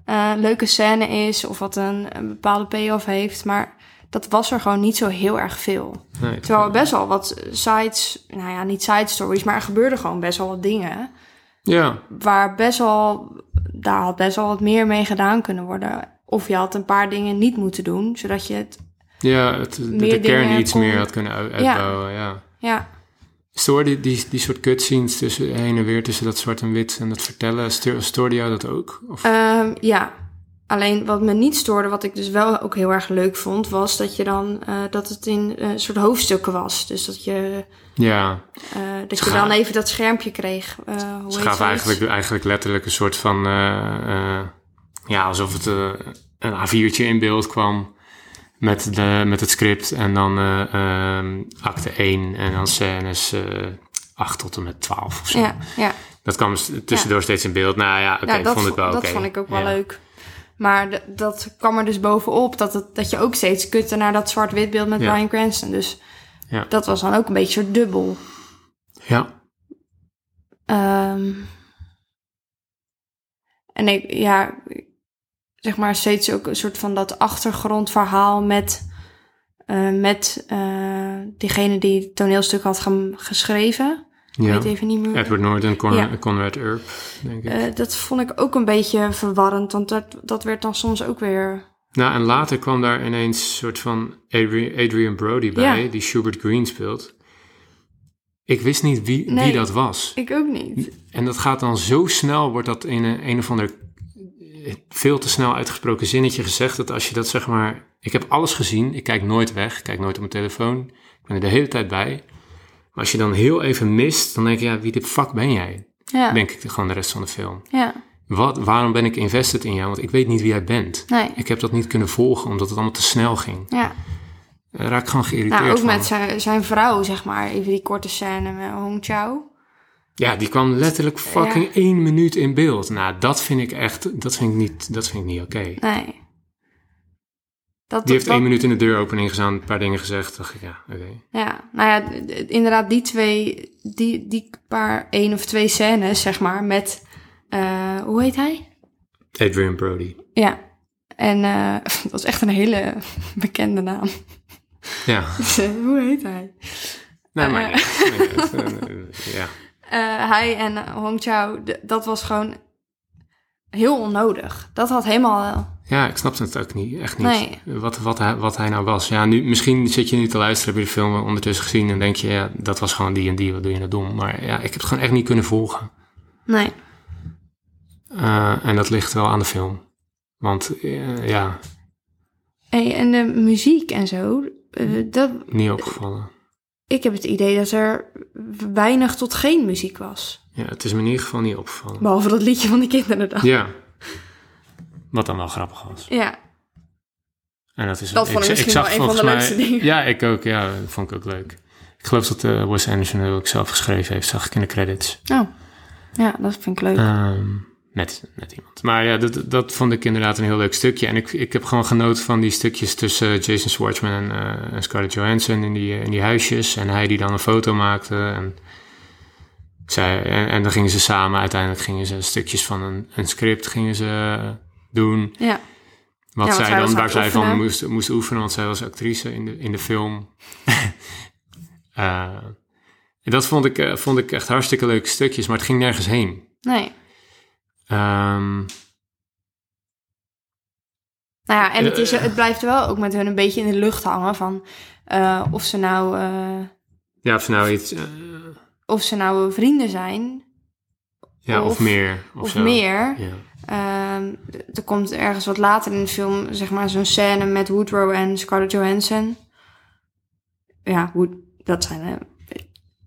S2: eh, een leuke scène is of wat een, een bepaalde payoff heeft. Maar dat was er gewoon niet zo heel erg veel.
S1: Nee.
S2: Terwijl er best wel wat sides, nou ja, niet side stories, maar er gebeurden gewoon best wel wat dingen.
S1: Ja,
S2: Waar best wel, daar had best wel wat meer mee gedaan kunnen worden. Of je had een paar dingen niet moeten doen, zodat je het,
S1: ja het, de- de
S2: Meer
S1: kern
S2: dingen
S1: iets
S2: kon-
S1: meer had kunnen uit-
S2: Ja.
S1: uitbouwen. Ja.
S2: ja,
S1: Stoorde die, die, die soort cutscenes tussen heen en weer tussen dat zwart en wit en dat vertellen, stu- stoorde jou dat ook? Of,
S2: Ehm, ja. Alleen wat me niet stoorde, wat ik dus wel ook heel erg leuk vond, was dat je dan eh, dat het in een soort hoofdstukken was. Dus dat je,
S1: ja,
S2: eh, dat
S1: Ze
S2: je
S1: gaan-
S2: dan even dat schermpje kreeg. eh, hoe heet
S1: Ze
S2: zoiets?
S1: gaven eigenlijk, eigenlijk letterlijk een soort van... eh, eh, ja, alsof het eh, een A4'tje in beeld kwam met, de, met het script. En dan eh, ehm, acte 1 en dan scènes eh 8 tot en met 12 of zo.
S2: Ja, ja.
S1: Dat kwam s- tussendoor steeds in beeld. Nou ja, oké,
S2: ja dat,
S1: vond ik wel oké.
S2: dat vond ik ook wel
S1: Ja.
S2: leuk. Maar d- dat kwam er dus bovenop, dat, het, dat je ook steeds kutte naar dat zwart-wit beeld met
S1: Ja.
S2: Brian Cranston. Dus
S1: Ja.
S2: dat was dan ook een beetje soort dubbel.
S1: Ja,
S2: Ehm, en ik, ja, zeg maar steeds ook een soort van dat achtergrondverhaal met, eh, met eh, diegene die het toneelstuk had gem- geschreven. Ik
S1: ja.
S2: weet even niet meer.
S1: Edward Norton, Con
S2: Ja.
S1: Conrad Earp, denk ik.
S2: Eh, dat vond ik ook een beetje verwarrend, want dat, dat werd dan soms ook weer.
S1: nou, en later kwam daar ineens een soort van Adri- Adrian Brody bij,
S2: Ja.
S1: die Schubert Green speelt. Ik wist niet wie, wie
S2: Nee.
S1: dat was.
S2: Ik ook niet.
S1: En dat gaat dan zo snel, wordt dat in een, een of ander eh, veel te snel uitgesproken zinnetje gezegd. Dat als je dat zeg maar, ik heb alles gezien, ik kijk nooit weg, ik kijk nooit op mijn telefoon, ik ben er de hele tijd bij. Maar als je dan heel even mist, dan denk je, ja, wie de fuck ben jij?
S2: Ja,
S1: Denk ik gewoon de rest van de film.
S2: ja.
S1: Wat, waarom ben ik invested in jou? Want ik weet niet wie jij bent.
S2: nee.
S1: Ik heb dat niet kunnen volgen, omdat het allemaal te snel ging.
S2: Ja,
S1: Daar raak ik gewoon geïrriteerd
S2: nou, ook
S1: van.
S2: met zijn, zijn vrouw, zeg maar. Even die korte scène met Hong Chao.
S1: Ja, die kwam letterlijk fucking één minuut in beeld. Nou, dat vind ik echt, dat vind ik niet, dat vind ik niet oké.
S2: Nee. Dat,
S1: Die heeft
S2: dat-
S1: één minuut in de deuropening gestaan, een paar dingen gezegd. Dacht ik, ja, oké.
S2: Ja, nou ja, d- d- inderdaad, die twee, die, die paar één of twee scènes, zeg maar, met, eh, hoe heet hij?
S1: Adrian Brody.
S2: Ja, en eh, [laughs] dat is echt een hele [laughs] bekende naam. [laughs]
S1: Ja,
S2: Dus, eh, hoe heet hij?
S1: nee,
S2: Eh.
S1: maar niet. Nee, het, eh, [laughs] Ja,
S2: Eh, hij en Hong Chao, d- dat was gewoon heel onnodig. Dat had helemaal,
S1: ja ik snap het ook niet, echt niet.
S2: Nee.
S1: Wat, wat, hij, wat hij nou was. Ja, nu, misschien zit je nu te luisteren, heb je de film ondertussen gezien en denk je, ja, dat was gewoon die en die, wat doe je nou dom. Maar ja, ik heb het gewoon echt niet kunnen volgen.
S2: nee,
S1: Eh, en dat ligt wel aan de film. Want eh, ja,
S2: Hey, en de muziek en zo, eh, dat,
S1: niet opgevallen.
S2: ik heb het idee dat er weinig tot geen muziek was.
S1: Ja, het is me in ieder geval niet opgevallen.
S2: Behalve dat liedje van de kinderen dan.
S1: Ja. [laughs] Wat dan wel grappig was.
S2: Ja,
S1: En dat is
S2: Dat vond ik misschien wel een van de
S1: volgens
S2: leukste dingen.
S1: Ja, ik ook. Ja, dat vond ik ook leuk. Ik geloof dat eh Wes Anderson dat ook zelf geschreven heeft, zag ik in de credits.
S2: Oh, ja, dat vind ik leuk.
S1: Ehm, met, met iemand. Maar ja, dat, dat vond ik inderdaad een heel leuk stukje. En ik, ik heb gewoon genoten van die stukjes tussen Jason Schwartzman en, eh, en Scarlett Johansson in die, eh, in die huisjes. En hij die dan een foto maakte. En, zij, en, en dan gingen ze samen, uiteindelijk gingen ze stukjes van een, een script gingen ze eh, doen.
S2: ja,
S1: Wat
S2: Ja, want
S1: zij
S2: zij was
S1: dan,
S2: aan
S1: waar
S2: het
S1: zij van
S2: oefenen.
S1: moest, moest oefenen, want zij was actrice in de, in de film. [laughs] Eh, en dat vond ik, eh, vond ik echt hartstikke leuke stukjes, maar het ging nergens heen.
S2: nee.
S1: Ehm,
S2: Nou ja, en het, is,
S1: Eh,
S2: het blijft wel ook met hun een beetje in de lucht hangen van eh, of, ze nou, eh,
S1: ja, of ze nou iets... eh,
S2: of ze nou vrienden zijn
S1: ja, of,
S2: Of-
S1: meer. Of,
S2: of,
S1: zo.
S2: meer.
S1: Ja.
S2: Ehm, d- er komt ergens wat later in de film, zeg maar, zo'n scène met Woodrow en Scarlett Johansson. Ja, Wood, dat zijn eh,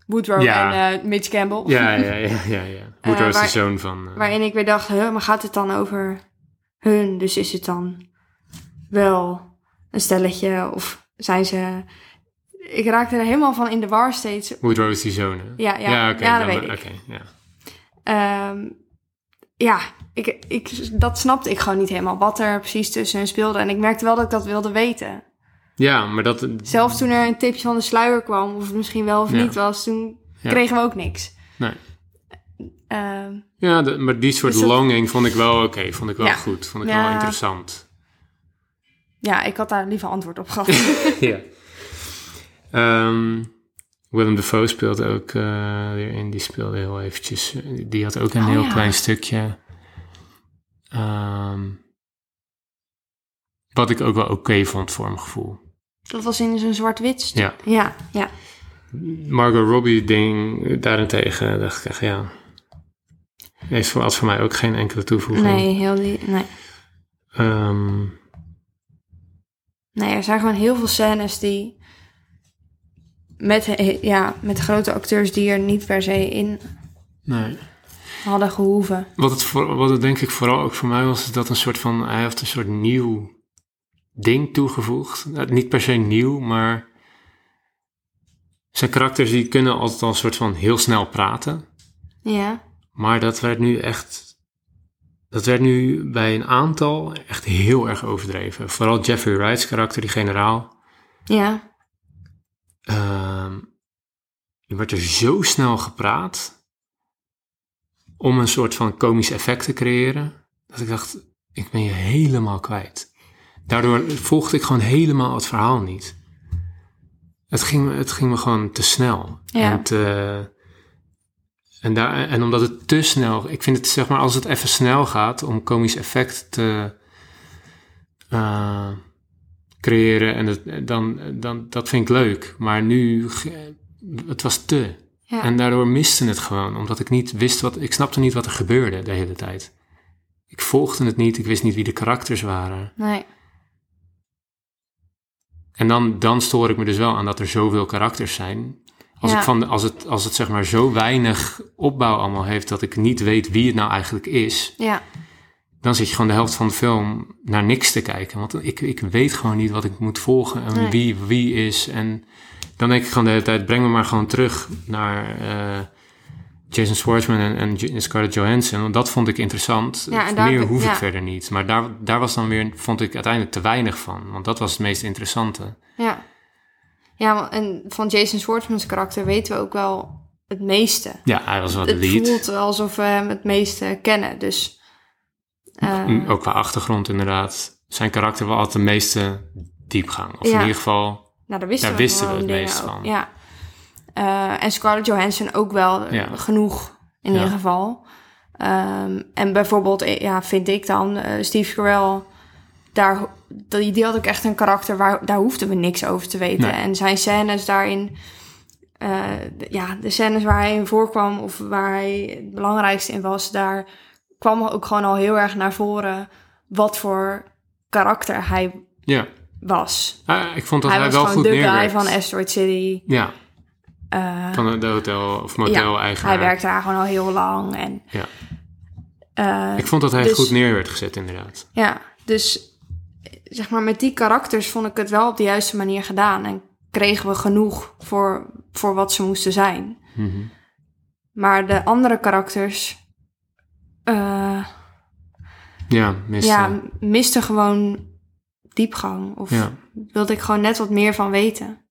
S2: Woodrow
S1: Ja.
S2: en eh, Mitch Campbell.
S1: ja, ja, ja, ja. ja. Woodrow is de
S2: Eh, waar-
S1: zoon van... eh,
S2: Waarin ik weer dacht, huh, maar gaat het dan over hun? Dus is het dan wel een stelletje of zijn ze... Ik raakte er helemaal van in de war steeds.
S1: Woodrow is die zoon, hè?
S2: Ja, ja,
S1: ja,
S2: ja,
S1: oké,
S2: dat
S1: dan-
S2: weet ik.
S1: oké, ja.
S2: Ehm, ja, ik, ik, dat snapte ik gewoon niet helemaal. Wat er precies tussen hun speelde. En ik merkte wel dat ik dat wilde weten.
S1: Ja, maar dat...
S2: Zelfs toen er een tipje van de sluier kwam, of het misschien wel of
S1: Ja.
S2: niet was, toen
S1: Ja.
S2: kregen we ook niks.
S1: Nee.
S2: Ehm,
S1: Ja, de- maar die soort
S2: Dus dat-
S1: longing vond ik wel oké. vond ik wel
S2: Ja.
S1: goed. Vond ik wel
S2: Ja.
S1: interessant. [laughs]
S2: ja, ik had daar liever antwoord op
S1: [laughs]
S2: gehad.
S1: ja. Ehm, Willem Dafoe speelde ook eh, weer in. Die speelde heel eventjes... Die had ook een
S2: Oh,
S1: heel
S2: ja.
S1: klein stukje. Ehm, wat ik ook wel oké vond voor mijn gevoel.
S2: dat was in zo'n zwart-wit. stu-
S1: Ja.
S2: Ja, ja.
S1: Margot Robbie ding daarentegen dacht ik echt ja. Heeft voor, had voor mij ook geen enkele toevoeging.
S2: Nee, heel die, nee.
S1: Ehm,
S2: Nee, er zijn gewoon heel veel scènes die met, he- ja, met grote acteurs die er niet per se in
S1: nee.
S2: hadden gehoeven.
S1: Wat, het voor, wat het denk ik vooral ook voor mij was, is dat een soort van, hij heeft een soort nieuw ding toegevoegd. Eh, Niet per se nieuw, maar zijn karakters die kunnen altijd al een soort van heel snel praten.
S2: Ja,
S1: Maar dat werd nu echt. Dat werd nu bij een aantal echt heel erg overdreven. Vooral Jeffrey Wright's karakter, die generaal.
S2: ja,
S1: Ehm, er werd er zo snel gepraat om een soort van komisch effect te creëren, dat ik dacht, ik ben je helemaal kwijt. Daardoor volgde ik gewoon helemaal het verhaal niet. Het ging, me- het ging me gewoon te snel.
S2: Ja.
S1: En, te- en, daar, en omdat het te snel... Ik vind het, zeg maar, als het even snel gaat om komisch effect te eh, creëren... En het, dan, dan, dat vind ik leuk. Maar nu, ge- het was te.
S2: ja.
S1: En daardoor miste het gewoon, omdat ik niet wist wat... Ik snapte niet wat er gebeurde de hele tijd. Ik volgde het niet, ik wist niet wie de karakters waren.
S2: nee.
S1: En dan, dan stoor ik me dus wel aan dat er zoveel karakters zijn. Als,
S2: Ja.
S1: ik van, de- als, het, als het zeg maar zo weinig opbouw allemaal heeft dat ik niet weet wie het nou eigenlijk is,
S2: Ja,
S1: dan zit je gewoon de helft van de film naar niks te kijken. Want ik, ik weet gewoon niet wat ik moet volgen en
S2: Nee.
S1: wie wie is. En dan denk ik gewoon de hele tijd, breng me maar gewoon terug naar eh, Jason Schwartzman en, en J- Scarlett Johansson. Want dat vond ik interessant.
S2: Ja, en daar-
S1: Meer hoef
S2: ja.
S1: ik verder niet. Maar daar, daar was dan weer, vond ik uiteindelijk te weinig van. Want dat was het meest interessante.
S2: ja. Ja, wa- en van Jason Schwartzman's karakter weten we ook wel het meeste.
S1: Ja, hij was wel de
S2: Het
S1: lead.
S2: voelt alsof we hem het meeste kennen, dus... eh,
S1: Mm, Ook qua achtergrond inderdaad. Zijn karakter wel altijd de meeste diepgang. Of in
S2: Ja.
S1: ieder geval,
S2: Nou, daar wisten
S1: Daar
S2: we,
S1: wisten we
S2: gewoon
S1: het
S2: dingen
S1: meest
S2: over.
S1: van.
S2: Ja. Eh, en Scarlett Johansson ook wel eh,
S1: Ja.
S2: genoeg, in
S1: Ja.
S2: ieder geval. Ehm, en bijvoorbeeld, eh, ja, vind ik dan, eh, Steve Carell... Daar, ho- die, die had ook echt een karakter, waar, daar hoefden we niks over te weten.
S1: Nee.
S2: En zijn scènes daarin... eh, de- ja, de scènes waar hij in voorkwam of waar hij het belangrijkste in was... daar kwam ook gewoon al heel erg naar voren wat voor karakter hij
S1: ja.
S2: was.
S1: Ah, ik vond dat
S2: hij
S1: hij,
S2: was
S1: wel
S2: gewoon
S1: goed
S2: de
S1: neerwerkt.
S2: guy van Asteroid City.
S1: ja,
S2: Eh,
S1: van de hotel of motel eigenaar.
S2: hij werkte daar gewoon al heel lang. En,
S1: Ja.
S2: eh,
S1: Ik vond dat hij
S2: Dus-
S1: goed neer werd gezet inderdaad.
S2: ja, dus eh, zeg maar met die karakters vond ik het wel op de juiste manier gedaan. En kregen we genoeg voor, voor wat ze moesten zijn.
S1: Mhm.
S2: Maar de andere karakters eh,
S1: Ja, miste.
S2: ja, misten gewoon diepgang. Of
S1: Ja.
S2: wilde ik gewoon net wat meer van weten.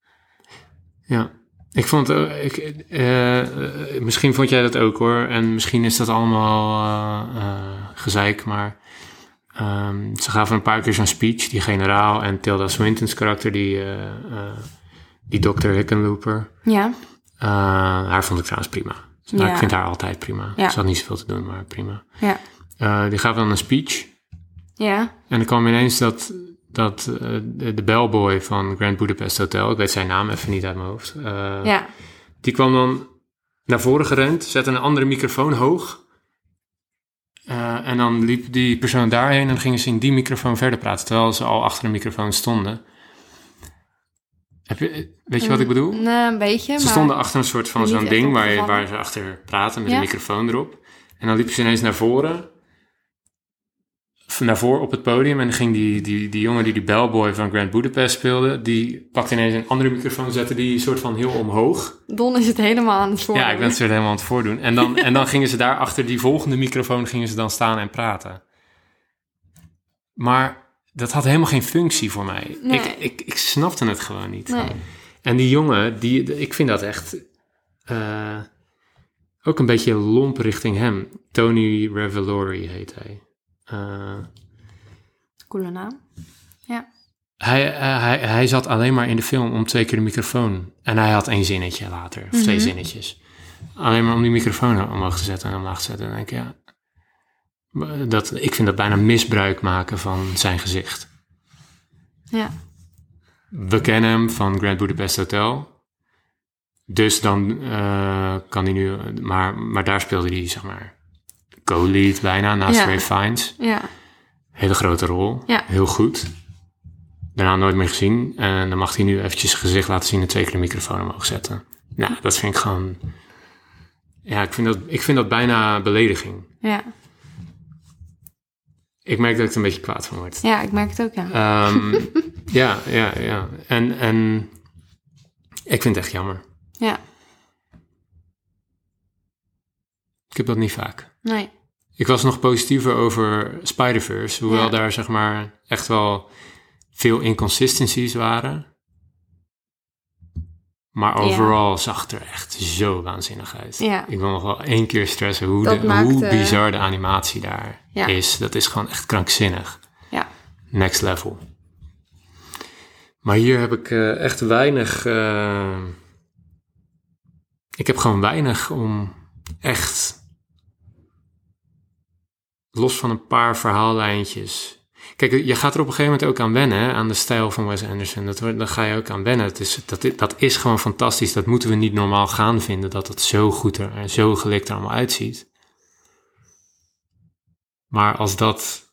S1: Ja. Ik vond, eh, ik, eh, eh, misschien vond jij dat ook hoor. En misschien is dat allemaal eh, eh, gezeik, maar ehm, ze gaven een paar keer zo'n speech. Die generaal en Tilda Swinton's karakter, die, eh, eh, die dokter Hickenlooper.
S2: Ja,
S1: Eh, haar vond ik trouwens prima. Nou,
S2: Ja.
S1: Ik vind haar altijd prima.
S2: Ja.
S1: Ze had niet zoveel te doen, maar prima.
S2: ja,
S1: Eh, die gaven dan een speech.
S2: ja,
S1: En er kwam ineens dat, dat eh, de, de bellboy van Grand Budapest Hotel, ik weet zijn naam even niet uit mijn hoofd, eh,
S2: ja.
S1: die kwam dan naar voren gerend, zette een andere microfoon hoog. Eh, en dan liep die persoon daarheen en dan gingen ze in die microfoon verder praten, terwijl ze al achter de microfoon stonden. Heb je, eh, weet je wat ik bedoel?
S2: Nou, een beetje,
S1: Ze
S2: maar...
S1: stonden achter een soort van
S2: niet
S1: zo'n
S2: echt
S1: ding waar, je-
S2: opgevallen.
S1: waar ze achter praten met
S2: Ja.
S1: een microfoon erop. En dan liepen ze ineens naar voren. Van Naar voren op het podium. En dan ging die, die, die jongen die die bellboy van Grand Budapest speelde. Die pakte ineens een andere microfoon. Zette die soort van heel omhoog.
S2: Don is het helemaal aan het voor.
S1: Ja, ik ben het weer helemaal aan het voordoen. En dan, en dan
S2: [laughs]
S1: gingen ze daar achter die volgende microfoon gingen ze dan staan en praten. Maar dat had helemaal geen functie voor mij.
S2: Nee.
S1: Ik, ik, ik snapte het gewoon niet.
S2: Nee.
S1: En die jongen, die, ik vind dat echt eh, ook een beetje lomp richting hem. Tony Revelori heet hij. Eh,
S2: Coole naam.
S1: hij, eh, hij. Hij zat alleen maar in de film om twee keer de microfoon. En hij had één zinnetje later, of twee
S2: Mhm.
S1: zinnetjes. Alleen maar om die microfoon omhoog te zetten en omlaag te zetten. En dan denk ik, ja, maar dat, ik vind dat bijna misbruik maken van zijn gezicht.
S2: Ja.
S1: we kennen hem van Grand Budapest Hotel. Dus dan eh, kan hij nu... Maar, maar daar speelde hij, zeg maar, co-lead bijna naast
S2: Ja.
S1: Ray Fiennes.
S2: Ja.
S1: Hele grote rol.
S2: Ja.
S1: Heel goed. Daarna nooit meer gezien. En dan mag hij nu eventjes zijn gezicht laten zien... en twee keer de microfoon omhoog zetten. Nou, dat vind ik gewoon... Ja, ik vind dat, ik vind dat bijna belediging.
S2: Ja.
S1: Ik merk dat ik er een beetje kwaad van word.
S2: Ja, ik merk het ook, ja.
S1: Ehm, ja, ja, ja. En, en ik vind het echt jammer.
S2: Ja.
S1: Ik heb dat niet vaak.
S2: Nee.
S1: Ik was nog positiever over Spider-Verse, hoewel
S2: Ja.
S1: daar zeg maar echt wel veel inconsistencies waren. Maar
S2: Ja.
S1: overal zag het er echt zo waanzinnig uit.
S2: Ja.
S1: Ik wil nog wel één keer stressen hoe,
S2: Dat
S1: de,
S2: maakt,
S1: hoe
S2: eh,
S1: bizar de animatie daar
S2: Ja.
S1: is. Dat is gewoon echt krankzinnig.
S2: Ja.
S1: Next level. Maar hier heb ik eh, echt weinig. eh, ik heb gewoon weinig om echt. Los van een paar verhaallijntjes. Kijk, je gaat er op een gegeven moment ook aan wennen, hè, aan de stijl van Wes Anderson. Dat, wordt- daar ga je ook aan wennen. Het is, dat, i- dat is gewoon fantastisch. Dat moeten we niet normaal gaan vinden, dat het zo goed er en zo gelikt er allemaal uitziet. Maar als dat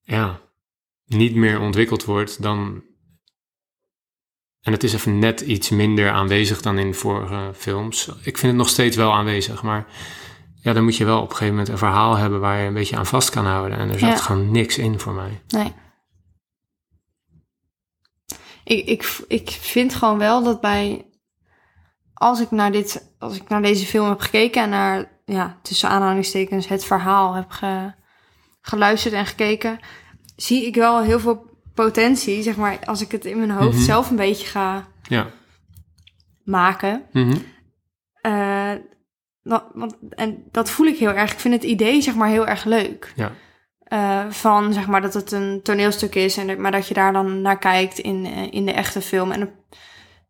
S1: ja, niet meer ontwikkeld wordt, dan. En het is even net iets minder aanwezig dan in vorige films. Ik vind het nog steeds wel aanwezig, maar ja, dan moet je wel op een gegeven moment een verhaal hebben waar je een beetje aan vast kan houden. En er zat
S2: Ja.
S1: gewoon niks in voor mij.
S2: Nee. Ik, ik, ik vind gewoon wel dat bij... Als ik, naar dit, als ik naar deze film heb gekeken en naar, ja, tussen aanhalingstekens, het verhaal heb ge- geluisterd en gekeken, zie ik wel heel veel potentie, zeg maar, als ik het in mijn hoofd
S1: Mhm.
S2: zelf een beetje ga
S1: Ja.
S2: maken.
S1: Mhm.
S2: Eh, dat, want, en dat voel ik heel erg. Ik vind het idee zeg maar heel erg leuk.
S1: Ja.
S2: Eh, van zeg maar dat het een toneelstuk is, en, dat- maar dat je daar dan naar kijkt in, eh, in de echte film. En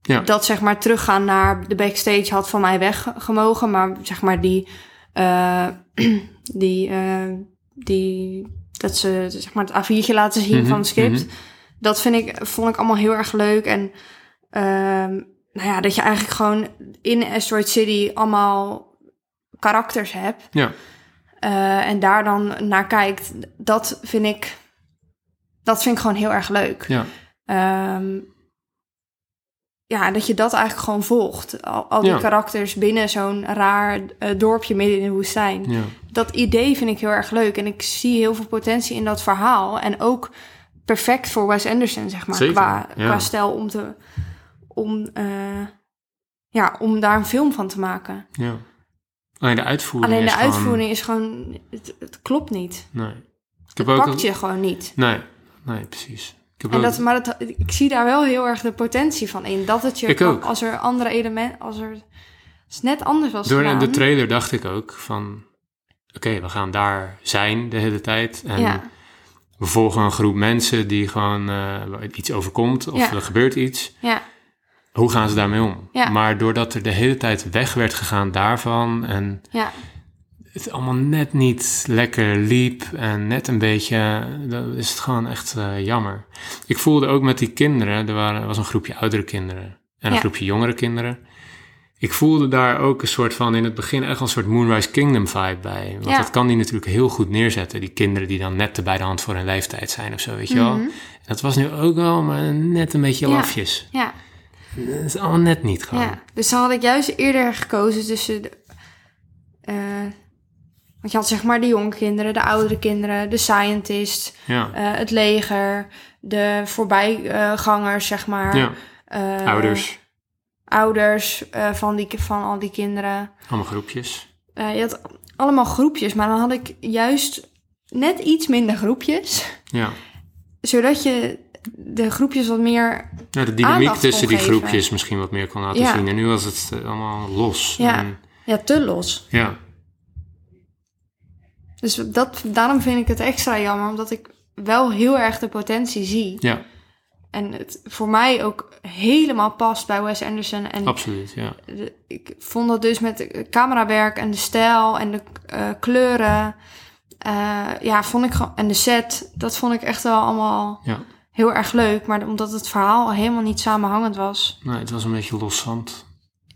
S1: Ja.
S2: dat zeg maar teruggaan naar de backstage had van mij weggemogen, maar zeg maar die, eh, [clears throat] die, eh, die, dat ze zeg maar het A4'tje laten zien
S1: Mhm,
S2: van het script. Dat vind ik, vond ik allemaal heel erg leuk. En ehm, nou ja, dat je eigenlijk gewoon in Asteroid City allemaal karakters hebt
S1: Ja.
S2: eh, en daar dan naar kijkt, dat vind ik, dat vind ik gewoon heel erg leuk.
S1: Ja.
S2: Ehm, ja, en dat je dat eigenlijk gewoon volgt. Al, al die
S1: Ja.
S2: karakters binnen zo'n raar eh, dorpje midden in de woestijn.
S1: Ja.
S2: Dat idee vind ik heel erg leuk. En ik zie heel veel potentie in dat verhaal. En ook perfect voor Wes Anderson, zeg maar.
S1: Zeker,
S2: qua,
S1: ja.
S2: qua stijl om te... Om, eh, ja, om daar een film van te maken.
S1: ja. Alleen de uitvoering.
S2: Alleen
S1: is
S2: de
S1: gewoon-
S2: uitvoering is gewoon... Het, het klopt niet.
S1: Nee. Ik heb
S2: Het
S1: ook.
S2: pakt je gewoon niet.
S1: Nee. Nee, precies. Ik heb
S2: En
S1: ook-
S2: dat, maar dat, ik zie daar wel heel erg de potentie van in. Dat het je,
S1: Ik ook.
S2: als er andere elementen, als er als het net anders was
S1: Door
S2: gedaan.
S1: de trailer dacht ik ook van. Oké, we gaan daar zijn de hele tijd. En
S2: ja,
S1: we volgen een groep mensen die gewoon eh, waar iets overkomt of
S2: Ja.
S1: er gebeurt iets.
S2: ja,
S1: Hoe gaan ze daarmee om?
S2: Ja.
S1: Maar doordat er de hele tijd weg werd gegaan daarvan en
S2: ja,
S1: het allemaal net niet lekker liep en net een beetje, dan is het gewoon echt eh, jammer. Ik voelde ook met die kinderen, er, waren, er was een groepje oudere kinderen en een
S2: Ja.
S1: groepje jongere kinderen. Ik voelde daar ook een soort van in het begin echt wel een soort Moonrise Kingdom vibe bij. Want
S2: Ja.
S1: dat kan die natuurlijk heel goed neerzetten. Die kinderen die dan net te bij de hand voor hun leeftijd zijn of zo, weet je wel.
S2: Mhm.
S1: Dat was nu ook wel, maar net een beetje
S2: Ja.
S1: lafjes.
S2: ja,
S1: Dat is allemaal net niet gewoon.
S2: ja. Dus dan had ik juist eerder gekozen tussen... De, eh, want je had zeg maar de jonge kinderen, de oudere kinderen, de scientist,
S1: Ja,
S2: eh, het leger, de voorbijgangers, zeg maar.
S1: ja.
S2: Eh,
S1: ouders,
S2: Ouders eh, van, die, van al die kinderen.
S1: allemaal groepjes.
S2: Eh, je had allemaal groepjes, maar dan had ik juist net iets minder groepjes. [laughs]
S1: Ja.
S2: Zodat je de groepjes wat meer...
S1: ja de dynamiek
S2: Aandacht
S1: tussen die
S2: omgeven.
S1: groepjes misschien wat meer kon laten
S2: Ja.
S1: zien. En nu was het eh, allemaal los.
S2: Ja.
S1: En,
S2: Ja, te los.
S1: ja.
S2: Dus dat, daarom vind ik het extra jammer. Omdat ik wel heel erg de potentie zie.
S1: ja,
S2: En het voor mij ook helemaal past bij Wes Anderson. En
S1: absoluut. Ja.
S2: de- ik vond dat dus met het camerawerk en de stijl en de eh, kleuren. eh, ja, vond ik gewoon. En de set, dat vond ik echt wel allemaal
S1: Ja.
S2: heel erg leuk. Maar omdat het verhaal helemaal niet samenhangend was.
S1: Nee, het was een beetje loszand.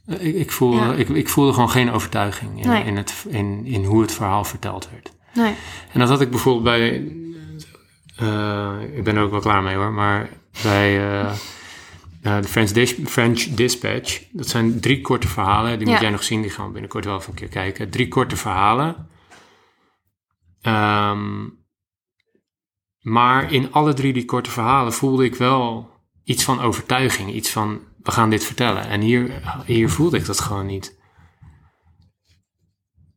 S1: Eh, Ik, ik, voelde,
S2: Ja.
S1: ik, ik voelde gewoon geen overtuiging in,
S2: Nee.
S1: in, het, in, in hoe het verhaal verteld werd.
S2: Nee.
S1: En dat had ik bijvoorbeeld bij. eh, ik ben er ook wel klaar mee hoor, maar bij eh, eh, de French, Dis- French Dispatch. Dat zijn drie korte verhalen. Die
S2: Ja.
S1: moet jij nog zien, die gaan we binnenkort wel even een keer kijken. Drie korte verhalen. Ehm, maar in alle drie die korte verhalen voelde ik wel iets van overtuiging. Iets van, we gaan dit vertellen. En hier, hier voelde ik dat gewoon niet.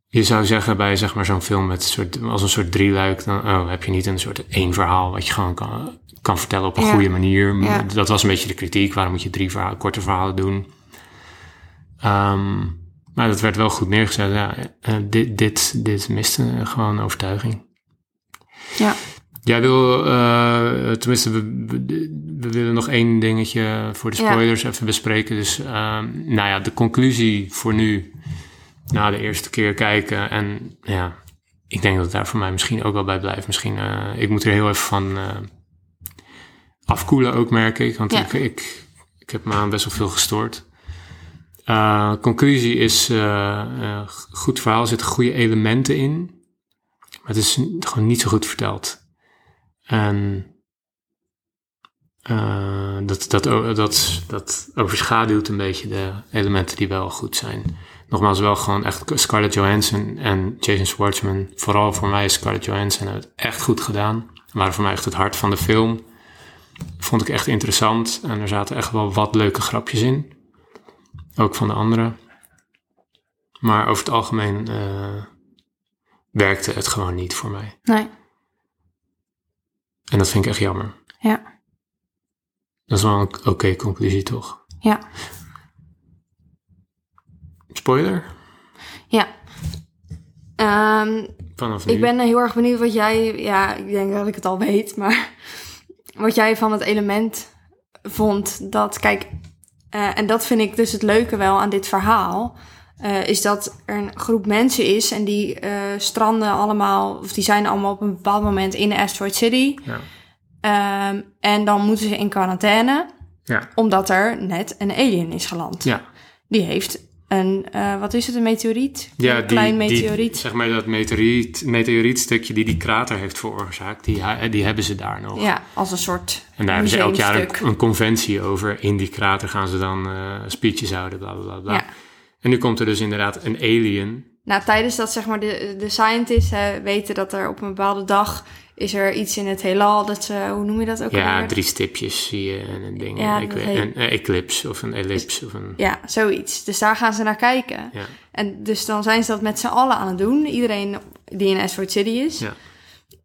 S1: Je zou zeggen bij zeg maar, zo'n film met soort, als een soort drieluik, dan oh, heb je niet een soort één verhaal wat je gewoon kan, kan vertellen op een
S2: Ja.
S1: goede manier. M-
S2: Ja.
S1: Dat was een beetje de kritiek. Waarom moet je drie verha- korte verhalen doen? Ehm, maar dat werd wel goed neergezet. Ja, Eh, dit, dit, dit miste eh, gewoon overtuiging.
S2: Ja.
S1: Jij wil, eh, tenminste, we, we- we willen nog één dingetje voor de
S2: Ja.
S1: spoilers even bespreken. Dus, ehm, nou ja, de conclusie voor nu, na de eerste keer kijken. En ja, ik denk dat het daar voor mij misschien ook wel bij blijft. Misschien, eh, ik moet er heel even van eh, afkoelen ook, merk ik. Want
S2: Ja.
S1: ik, ik, ik heb me aan best wel veel gestoord. Eh, conclusie is, eh, eh, goed verhaal, er zitten goede elementen in. Maar het is gewoon niet zo goed verteld. En eh, dat, dat, o- dat, dat overschaduwt een beetje de elementen die wel goed zijn. Nogmaals, wel gewoon echt Scarlett Johansson en Jason Schwartzman. Vooral voor mij is Scarlett Johansson hebben het echt goed gedaan. Waren voor mij echt het hart van de film. Vond ik echt interessant. En er zaten echt wel wat leuke grapjes in. Ook van de anderen. Maar over het algemeen eh, werkte het gewoon niet voor mij.
S2: Nee.
S1: En dat vind ik echt jammer.
S2: Ja.
S1: Dat is wel een oké conclusie, toch?
S2: Ja.
S1: Spoiler?
S2: Ja. Ehm,
S1: Vanaf nu.
S2: ik ben heel erg benieuwd wat jij. Ja, ik denk dat ik het al weet. Maar [laughs] wat jij van het element vond. Dat, kijk, eh, en dat vind ik dus het leuke wel aan dit verhaal. eh, is dat er een groep mensen is en die eh, stranden allemaal, of die zijn allemaal op een bepaald moment in de Asteroid City.
S1: Ja.
S2: Ehm, en dan moeten ze in quarantaine,
S1: Ja.
S2: omdat er net een alien is geland.
S1: Ja.
S2: Die heeft een, eh, wat is het, een meteoriet?
S1: Ja,
S2: een
S1: die,
S2: klein
S1: die-
S2: meteoriet.
S1: zeg maar dat meteoriet, meteorietstukje die die krater heeft veroorzaakt, die, ha- die hebben ze daar nog.
S2: ja, als een soort.
S1: En daar hebben ze elk jaar
S2: museumstuk.
S1: een, een conventie over. In die krater gaan ze dan eh, speeches houden, bla bla bla. bla.
S2: Ja.
S1: En nu komt er dus inderdaad een alien.
S2: Nou, tijdens dat zeg maar de, de scientists eh, weten dat er op een bepaalde dag is er iets in het heelal. Dat ze, hoe noem je dat ook
S1: Ja,
S2: alweer?
S1: drie stipjes zie je en een ding.
S2: Ja,
S1: Ik
S2: dat
S1: weet-
S2: heet-
S1: Een, een eclipse of een ellipse of een...
S2: Ja, zoiets. Dus daar gaan ze naar kijken.
S1: Ja.
S2: En dus dan zijn ze dat met z'n allen aan het doen. Iedereen die in Ashford City is.
S1: Ja.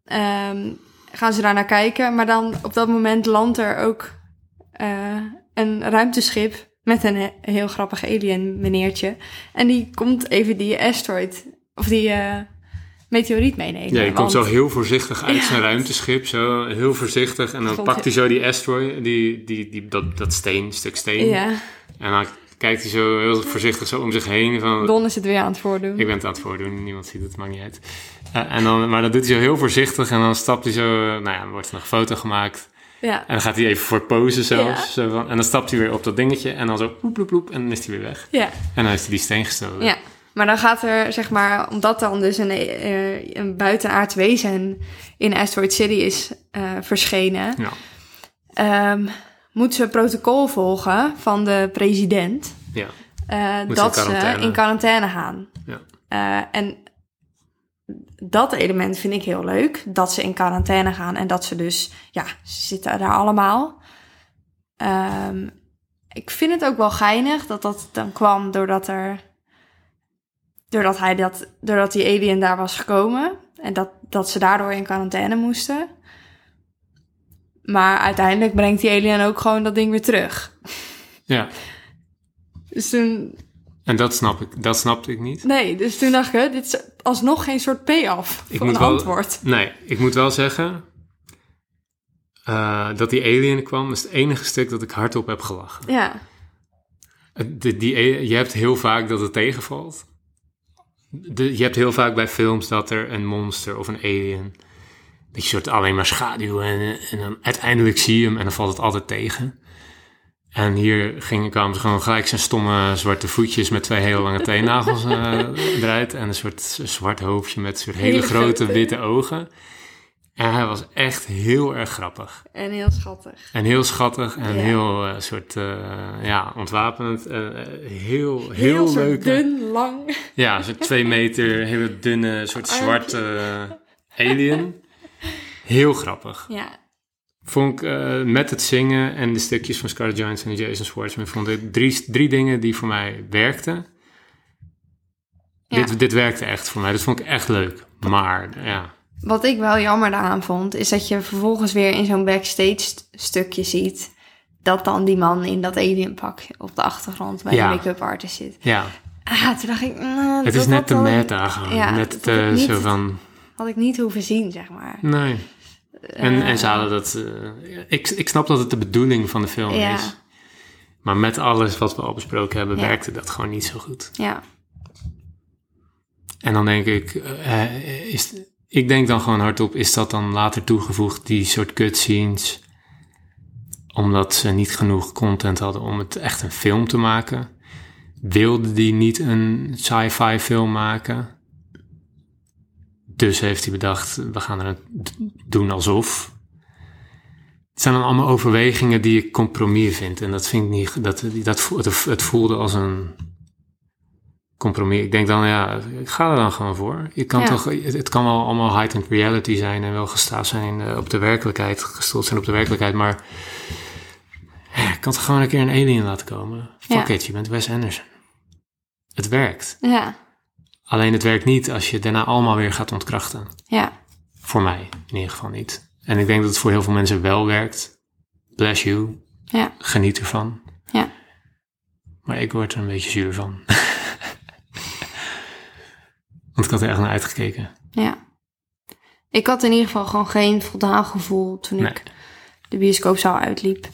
S2: Ehm, gaan ze daar naar kijken. Maar dan op dat moment landt er ook eh, een ruimteschip met een he- heel grappig alien meneertje. En die komt even die asteroid, of die eh, meteoriet meenemen.
S1: Ja, je komt
S2: Want-
S1: zo heel voorzichtig uit
S2: Ja.
S1: zijn ruimteschip. Zo heel voorzichtig. En dan
S2: Vond
S1: pakt hij zo die asteroid, die, die, die, dat, dat steen, stuk steen.
S2: Ja,
S1: En dan kijkt hij zo heel voorzichtig zo om zich heen. Van,
S2: Don is het weer aan het voordoen.
S1: ik ben het aan het voordoen, niemand ziet het, maakt niet uit. Eh, en dan, maar dat doet hij zo heel voorzichtig. En dan stapt hij zo, eh, nou ja, er wordt nog een foto gemaakt.
S2: Ja,
S1: En dan gaat hij even voor posen zelfs.
S2: Ja.
S1: Zo van, en dan stapt hij weer op dat dingetje. En dan zo ploep, ploep, ploep. En dan is hij weer weg.
S2: ja,
S1: En dan heeft hij die steen gestolen.
S2: ja. Maar dan gaat er, zeg maar, omdat dan dus een, eh, een buitenaards wezen in Asteroid City is eh, verschenen,
S1: Ja.
S2: ehm, moet ze protocol volgen van de president
S1: Ja.
S2: eh,
S1: Moet ze
S2: dat
S1: in
S2: ze
S1: quarantaine.
S2: in quarantaine gaan.
S1: Ja.
S2: Eh, en dat element vind ik heel leuk, dat ze in quarantaine gaan en dat ze dus, ja, ze zitten daar allemaal. Ehm, ik vind het ook wel geinig dat dat dan kwam doordat er, doordat hij dat, doordat die alien daar was gekomen. En dat, dat ze daardoor in quarantaine moesten. Maar uiteindelijk brengt die alien ook gewoon dat ding weer terug.
S1: Ja.
S2: Dus toen,
S1: En dat snap ik, dat snapte ik niet.
S2: nee, dus toen dacht ik, hè, dit is alsnog geen soort payoff
S1: Ik
S2: voor
S1: moet
S2: een
S1: wel-
S2: antwoord.
S1: Nee, ik moet wel zeggen eh, dat die alien kwam is het enige stuk dat ik hardop heb gelachen.
S2: Ja,
S1: Het- de- Eh, die, a- je hebt heel vaak dat het tegenvalt. De, je hebt heel vaak bij films dat er een monster of een alien. Dat je soort alleen maar schaduw en, eh, en dan uiteindelijk zie je hem en dan valt het altijd tegen. En hier ging, kwamen ze gewoon gelijk zijn stomme zwarte voetjes met twee hele lange teennagels [laughs] eh, eruit. En een soort z- zwart hoofdje met soort hele,
S2: Hele
S1: grote
S2: grote.
S1: witte ogen. En hij was echt heel erg grappig.
S2: en heel schattig.
S1: En heel schattig en
S2: Ja.
S1: heel eh, soort, eh, ja, ontwapenend. eh, eh, heel, heel,
S2: soort
S1: leuke.
S2: dun, lang.
S1: Ja, een soort twee meter, hele dunne, soort
S2: Armpje.
S1: zwarte eh, alien. Heel grappig.
S2: [laughs] Ja,
S1: Vond ik eh, met het zingen en de stukjes van Scarlett Johansson en Jason Schwartzman, vond ik drie, drie dingen die voor mij werkten.
S2: Ja.
S1: Dit, dit werkte echt voor mij. Dat vond ik echt leuk. Maar, ja.
S2: Wat ik wel jammer daaraan vond, is dat je vervolgens weer in zo'n backstage st- stukje ziet dat dan die man in dat alienpak op de achtergrond bij
S1: Ja.
S2: de make-up artist zit.
S1: ja.
S2: Ah, toen dacht ik, mm,
S1: Het is
S2: dat
S1: net de
S2: had,
S1: meta gewoon.
S2: Ja,
S1: net
S2: dat
S1: eh,
S2: ik niet-
S1: zo van,
S2: had ik niet hoeven zien, zeg maar.
S1: nee. En, en ze hadden dat... eh, ik, ik snap dat het de bedoeling van de film
S2: Ja.
S1: is. Maar met alles wat we al besproken hebben,
S2: Ja.
S1: werkte dat gewoon niet zo goed.
S2: Ja,
S1: En dan denk ik, eh, eh, is, ik denk dan gewoon hardop, is dat dan later toegevoegd, die soort cutscenes, omdat ze niet genoeg content hadden om het echt een film te maken? Wilde die niet een sci-fi film maken? Dus heeft hij bedacht, we gaan er een d- doen alsof. Het zijn dan allemaal overwegingen die ik compromis vind. En dat vind ik niet, dat, dat, vo- het- het voelde als een compromis. Ik denk dan, ja, ik ga er dan gewoon voor. Je kan
S2: Ja.
S1: toch, het, het kan wel allemaal heightened reality zijn en wel gestaafd zijn in de- op de werkelijkheid, gestoeld zijn op de werkelijkheid, maar eh, ik kan toch gewoon een keer een alien laten komen. Fuck
S2: Ja.
S1: it, je bent Wes Anderson. Het werkt.
S2: ja,
S1: Alleen het werkt niet als je het daarna allemaal weer gaat ontkrachten.
S2: ja.
S1: Voor mij in ieder geval niet. En ik denk dat het voor heel veel mensen wel werkt. Bless you.
S2: Ja.
S1: Geniet ervan.
S2: Ja.
S1: Maar ik word er een beetje zuur van. [laughs] Want ik had er echt naar uitgekeken.
S2: Ja. Ik had in ieder geval gewoon geen voldaan gevoel toen
S1: Nee.
S2: ik de bioscoopzaal uitliep.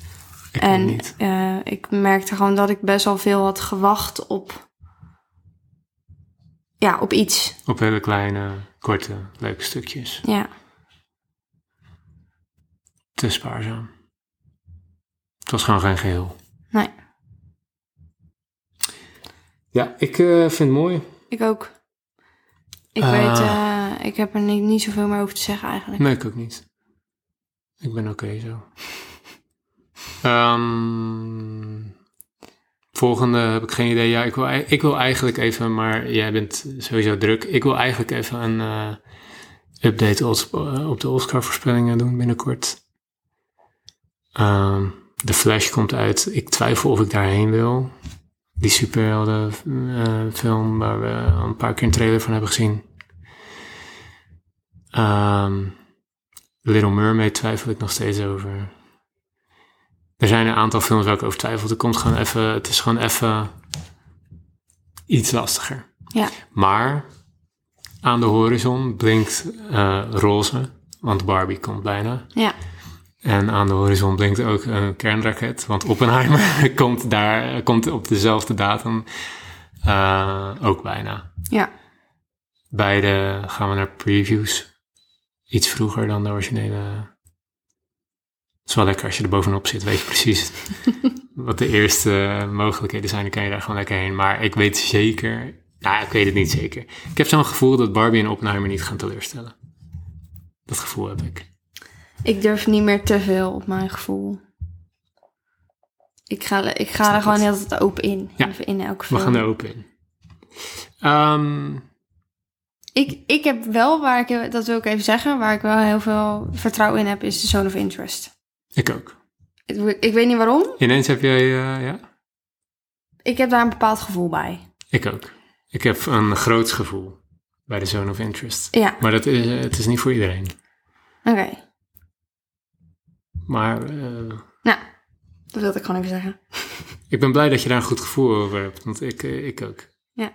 S1: Ik
S2: en
S1: niet.
S2: eh, ik merkte gewoon dat ik best wel veel had gewacht op, ja, op iets.
S1: Op hele kleine, korte, leuke stukjes.
S2: Ja.
S1: Te spaarzaam. Het was gewoon geen geheel.
S2: Nee.
S1: Ja, ik eh, vind het mooi.
S2: Ik ook. Ik
S1: Ah.
S2: weet, eh, ik heb er niet, niet zoveel meer over te zeggen eigenlijk.
S1: Nee, ik ook niet. Ik ben oké zo. Ehm, volgende heb ik geen idee. Ja, ik wil, ei- ik wil eigenlijk even, maar jij bent sowieso druk. Ik wil eigenlijk even een eh, update op, eh, op de Oscar-voorspellingen doen binnenkort. Ehm The Flash komt uit. Ik twijfel of ik daarheen wil. Die superhelden eh, film waar we al een paar keer een trailer van hebben gezien. Ehm, Little Mermaid twijfel ik nog steeds over. Er zijn een aantal films waar ik over twijfel. Er komt gewoon even, het is gewoon even iets lastiger.
S2: Ja.
S1: Maar aan de horizon blinkt eh, roze, want Barbie komt bijna.
S2: Ja.
S1: En aan de horizon blinkt ook een kernraket, want Oppenheimer [laughs] komt, daar, komt op dezelfde datum eh, ook bijna.
S2: Ja.
S1: Beide gaan we naar previews. Iets vroeger dan de originele. Het is wel lekker als je er bovenop zit, weet je precies wat de eerste mogelijkheden zijn. Dan kan je daar gewoon lekker heen. Maar ik weet zeker. Nou, ik weet het niet zeker. Ik heb zo'n gevoel dat Barbie en Oppenheimer niet gaan teleurstellen. Dat gevoel heb ik.
S2: Ik durf niet meer te veel op mijn gevoel. Ik ga, ik ga
S1: Snap
S2: er gewoon
S1: het.
S2: heel de tijd open in.
S1: Ja.
S2: Even In elke
S1: We
S2: film.
S1: gaan er open in. Ehm,
S2: Ik, ik heb wel, waar ik, heel- dat wil ik even zeggen, waar ik wel heel veel vertrouwen in heb, is de Zone of Interest.
S1: ik ook.
S2: Ik, ik weet niet waarom.
S1: Ineens heb jij. eh, ja?
S2: Ik heb daar een bepaald gevoel bij.
S1: Ik ook. Ik heb een groots gevoel. bij de Zone of Interest.
S2: Ja,
S1: Maar dat is, eh, het is niet voor iedereen.
S2: oké.
S1: Maar eh,
S2: Dat wilde ik gewoon even zeggen.
S1: ik ben blij dat je daar een goed gevoel over hebt, want ik, eh, ik ook.
S2: Ja.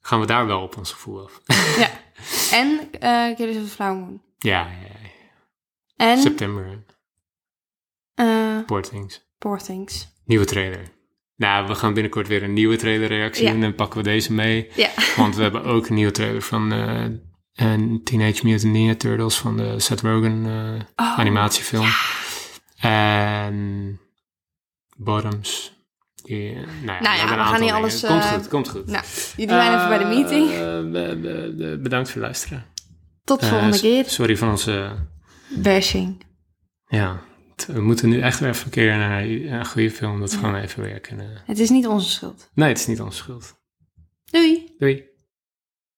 S1: Gaan we daar wel op ons gevoel af?
S2: En eh Killers of the Flower Moon.
S1: [laughs] ja, ja, ja.
S2: En
S1: september,
S2: eh
S1: Poor Things.
S2: Poor Things.
S1: Nieuwe trailer. Nou, we gaan binnenkort weer een nieuwe trailerreactie
S2: Ja.
S1: doen en pakken we deze mee.
S2: Ja.
S1: Want we hebben ook een nieuwe trailer van eh, en Teenage Mutant Ninja Turtles van de Seth Rogen eh,
S2: Oh,
S1: animatiefilm. En Bottoms. Die, eh, nou ja, we hebben een
S2: we gaan
S1: aantal
S2: niet
S1: dingen.
S2: alles,
S1: Komt
S2: eh,
S1: goed, komt goed.
S2: nou, Jullie zijn even bij de meeting.
S1: Eh, be- be- be- bedankt voor het luisteren.
S2: Tot de
S1: Eh,
S2: volgende
S1: s-
S2: keer.
S1: Sorry van onze...
S2: Bashing.
S1: Ja, t- we moeten nu echt weer even een keer naar een goede Eh, film. Dat we gewoon even weer kunnen...
S2: Het is niet onze schuld.
S1: Nee, het is niet onze schuld.
S2: Doei.
S1: Doei.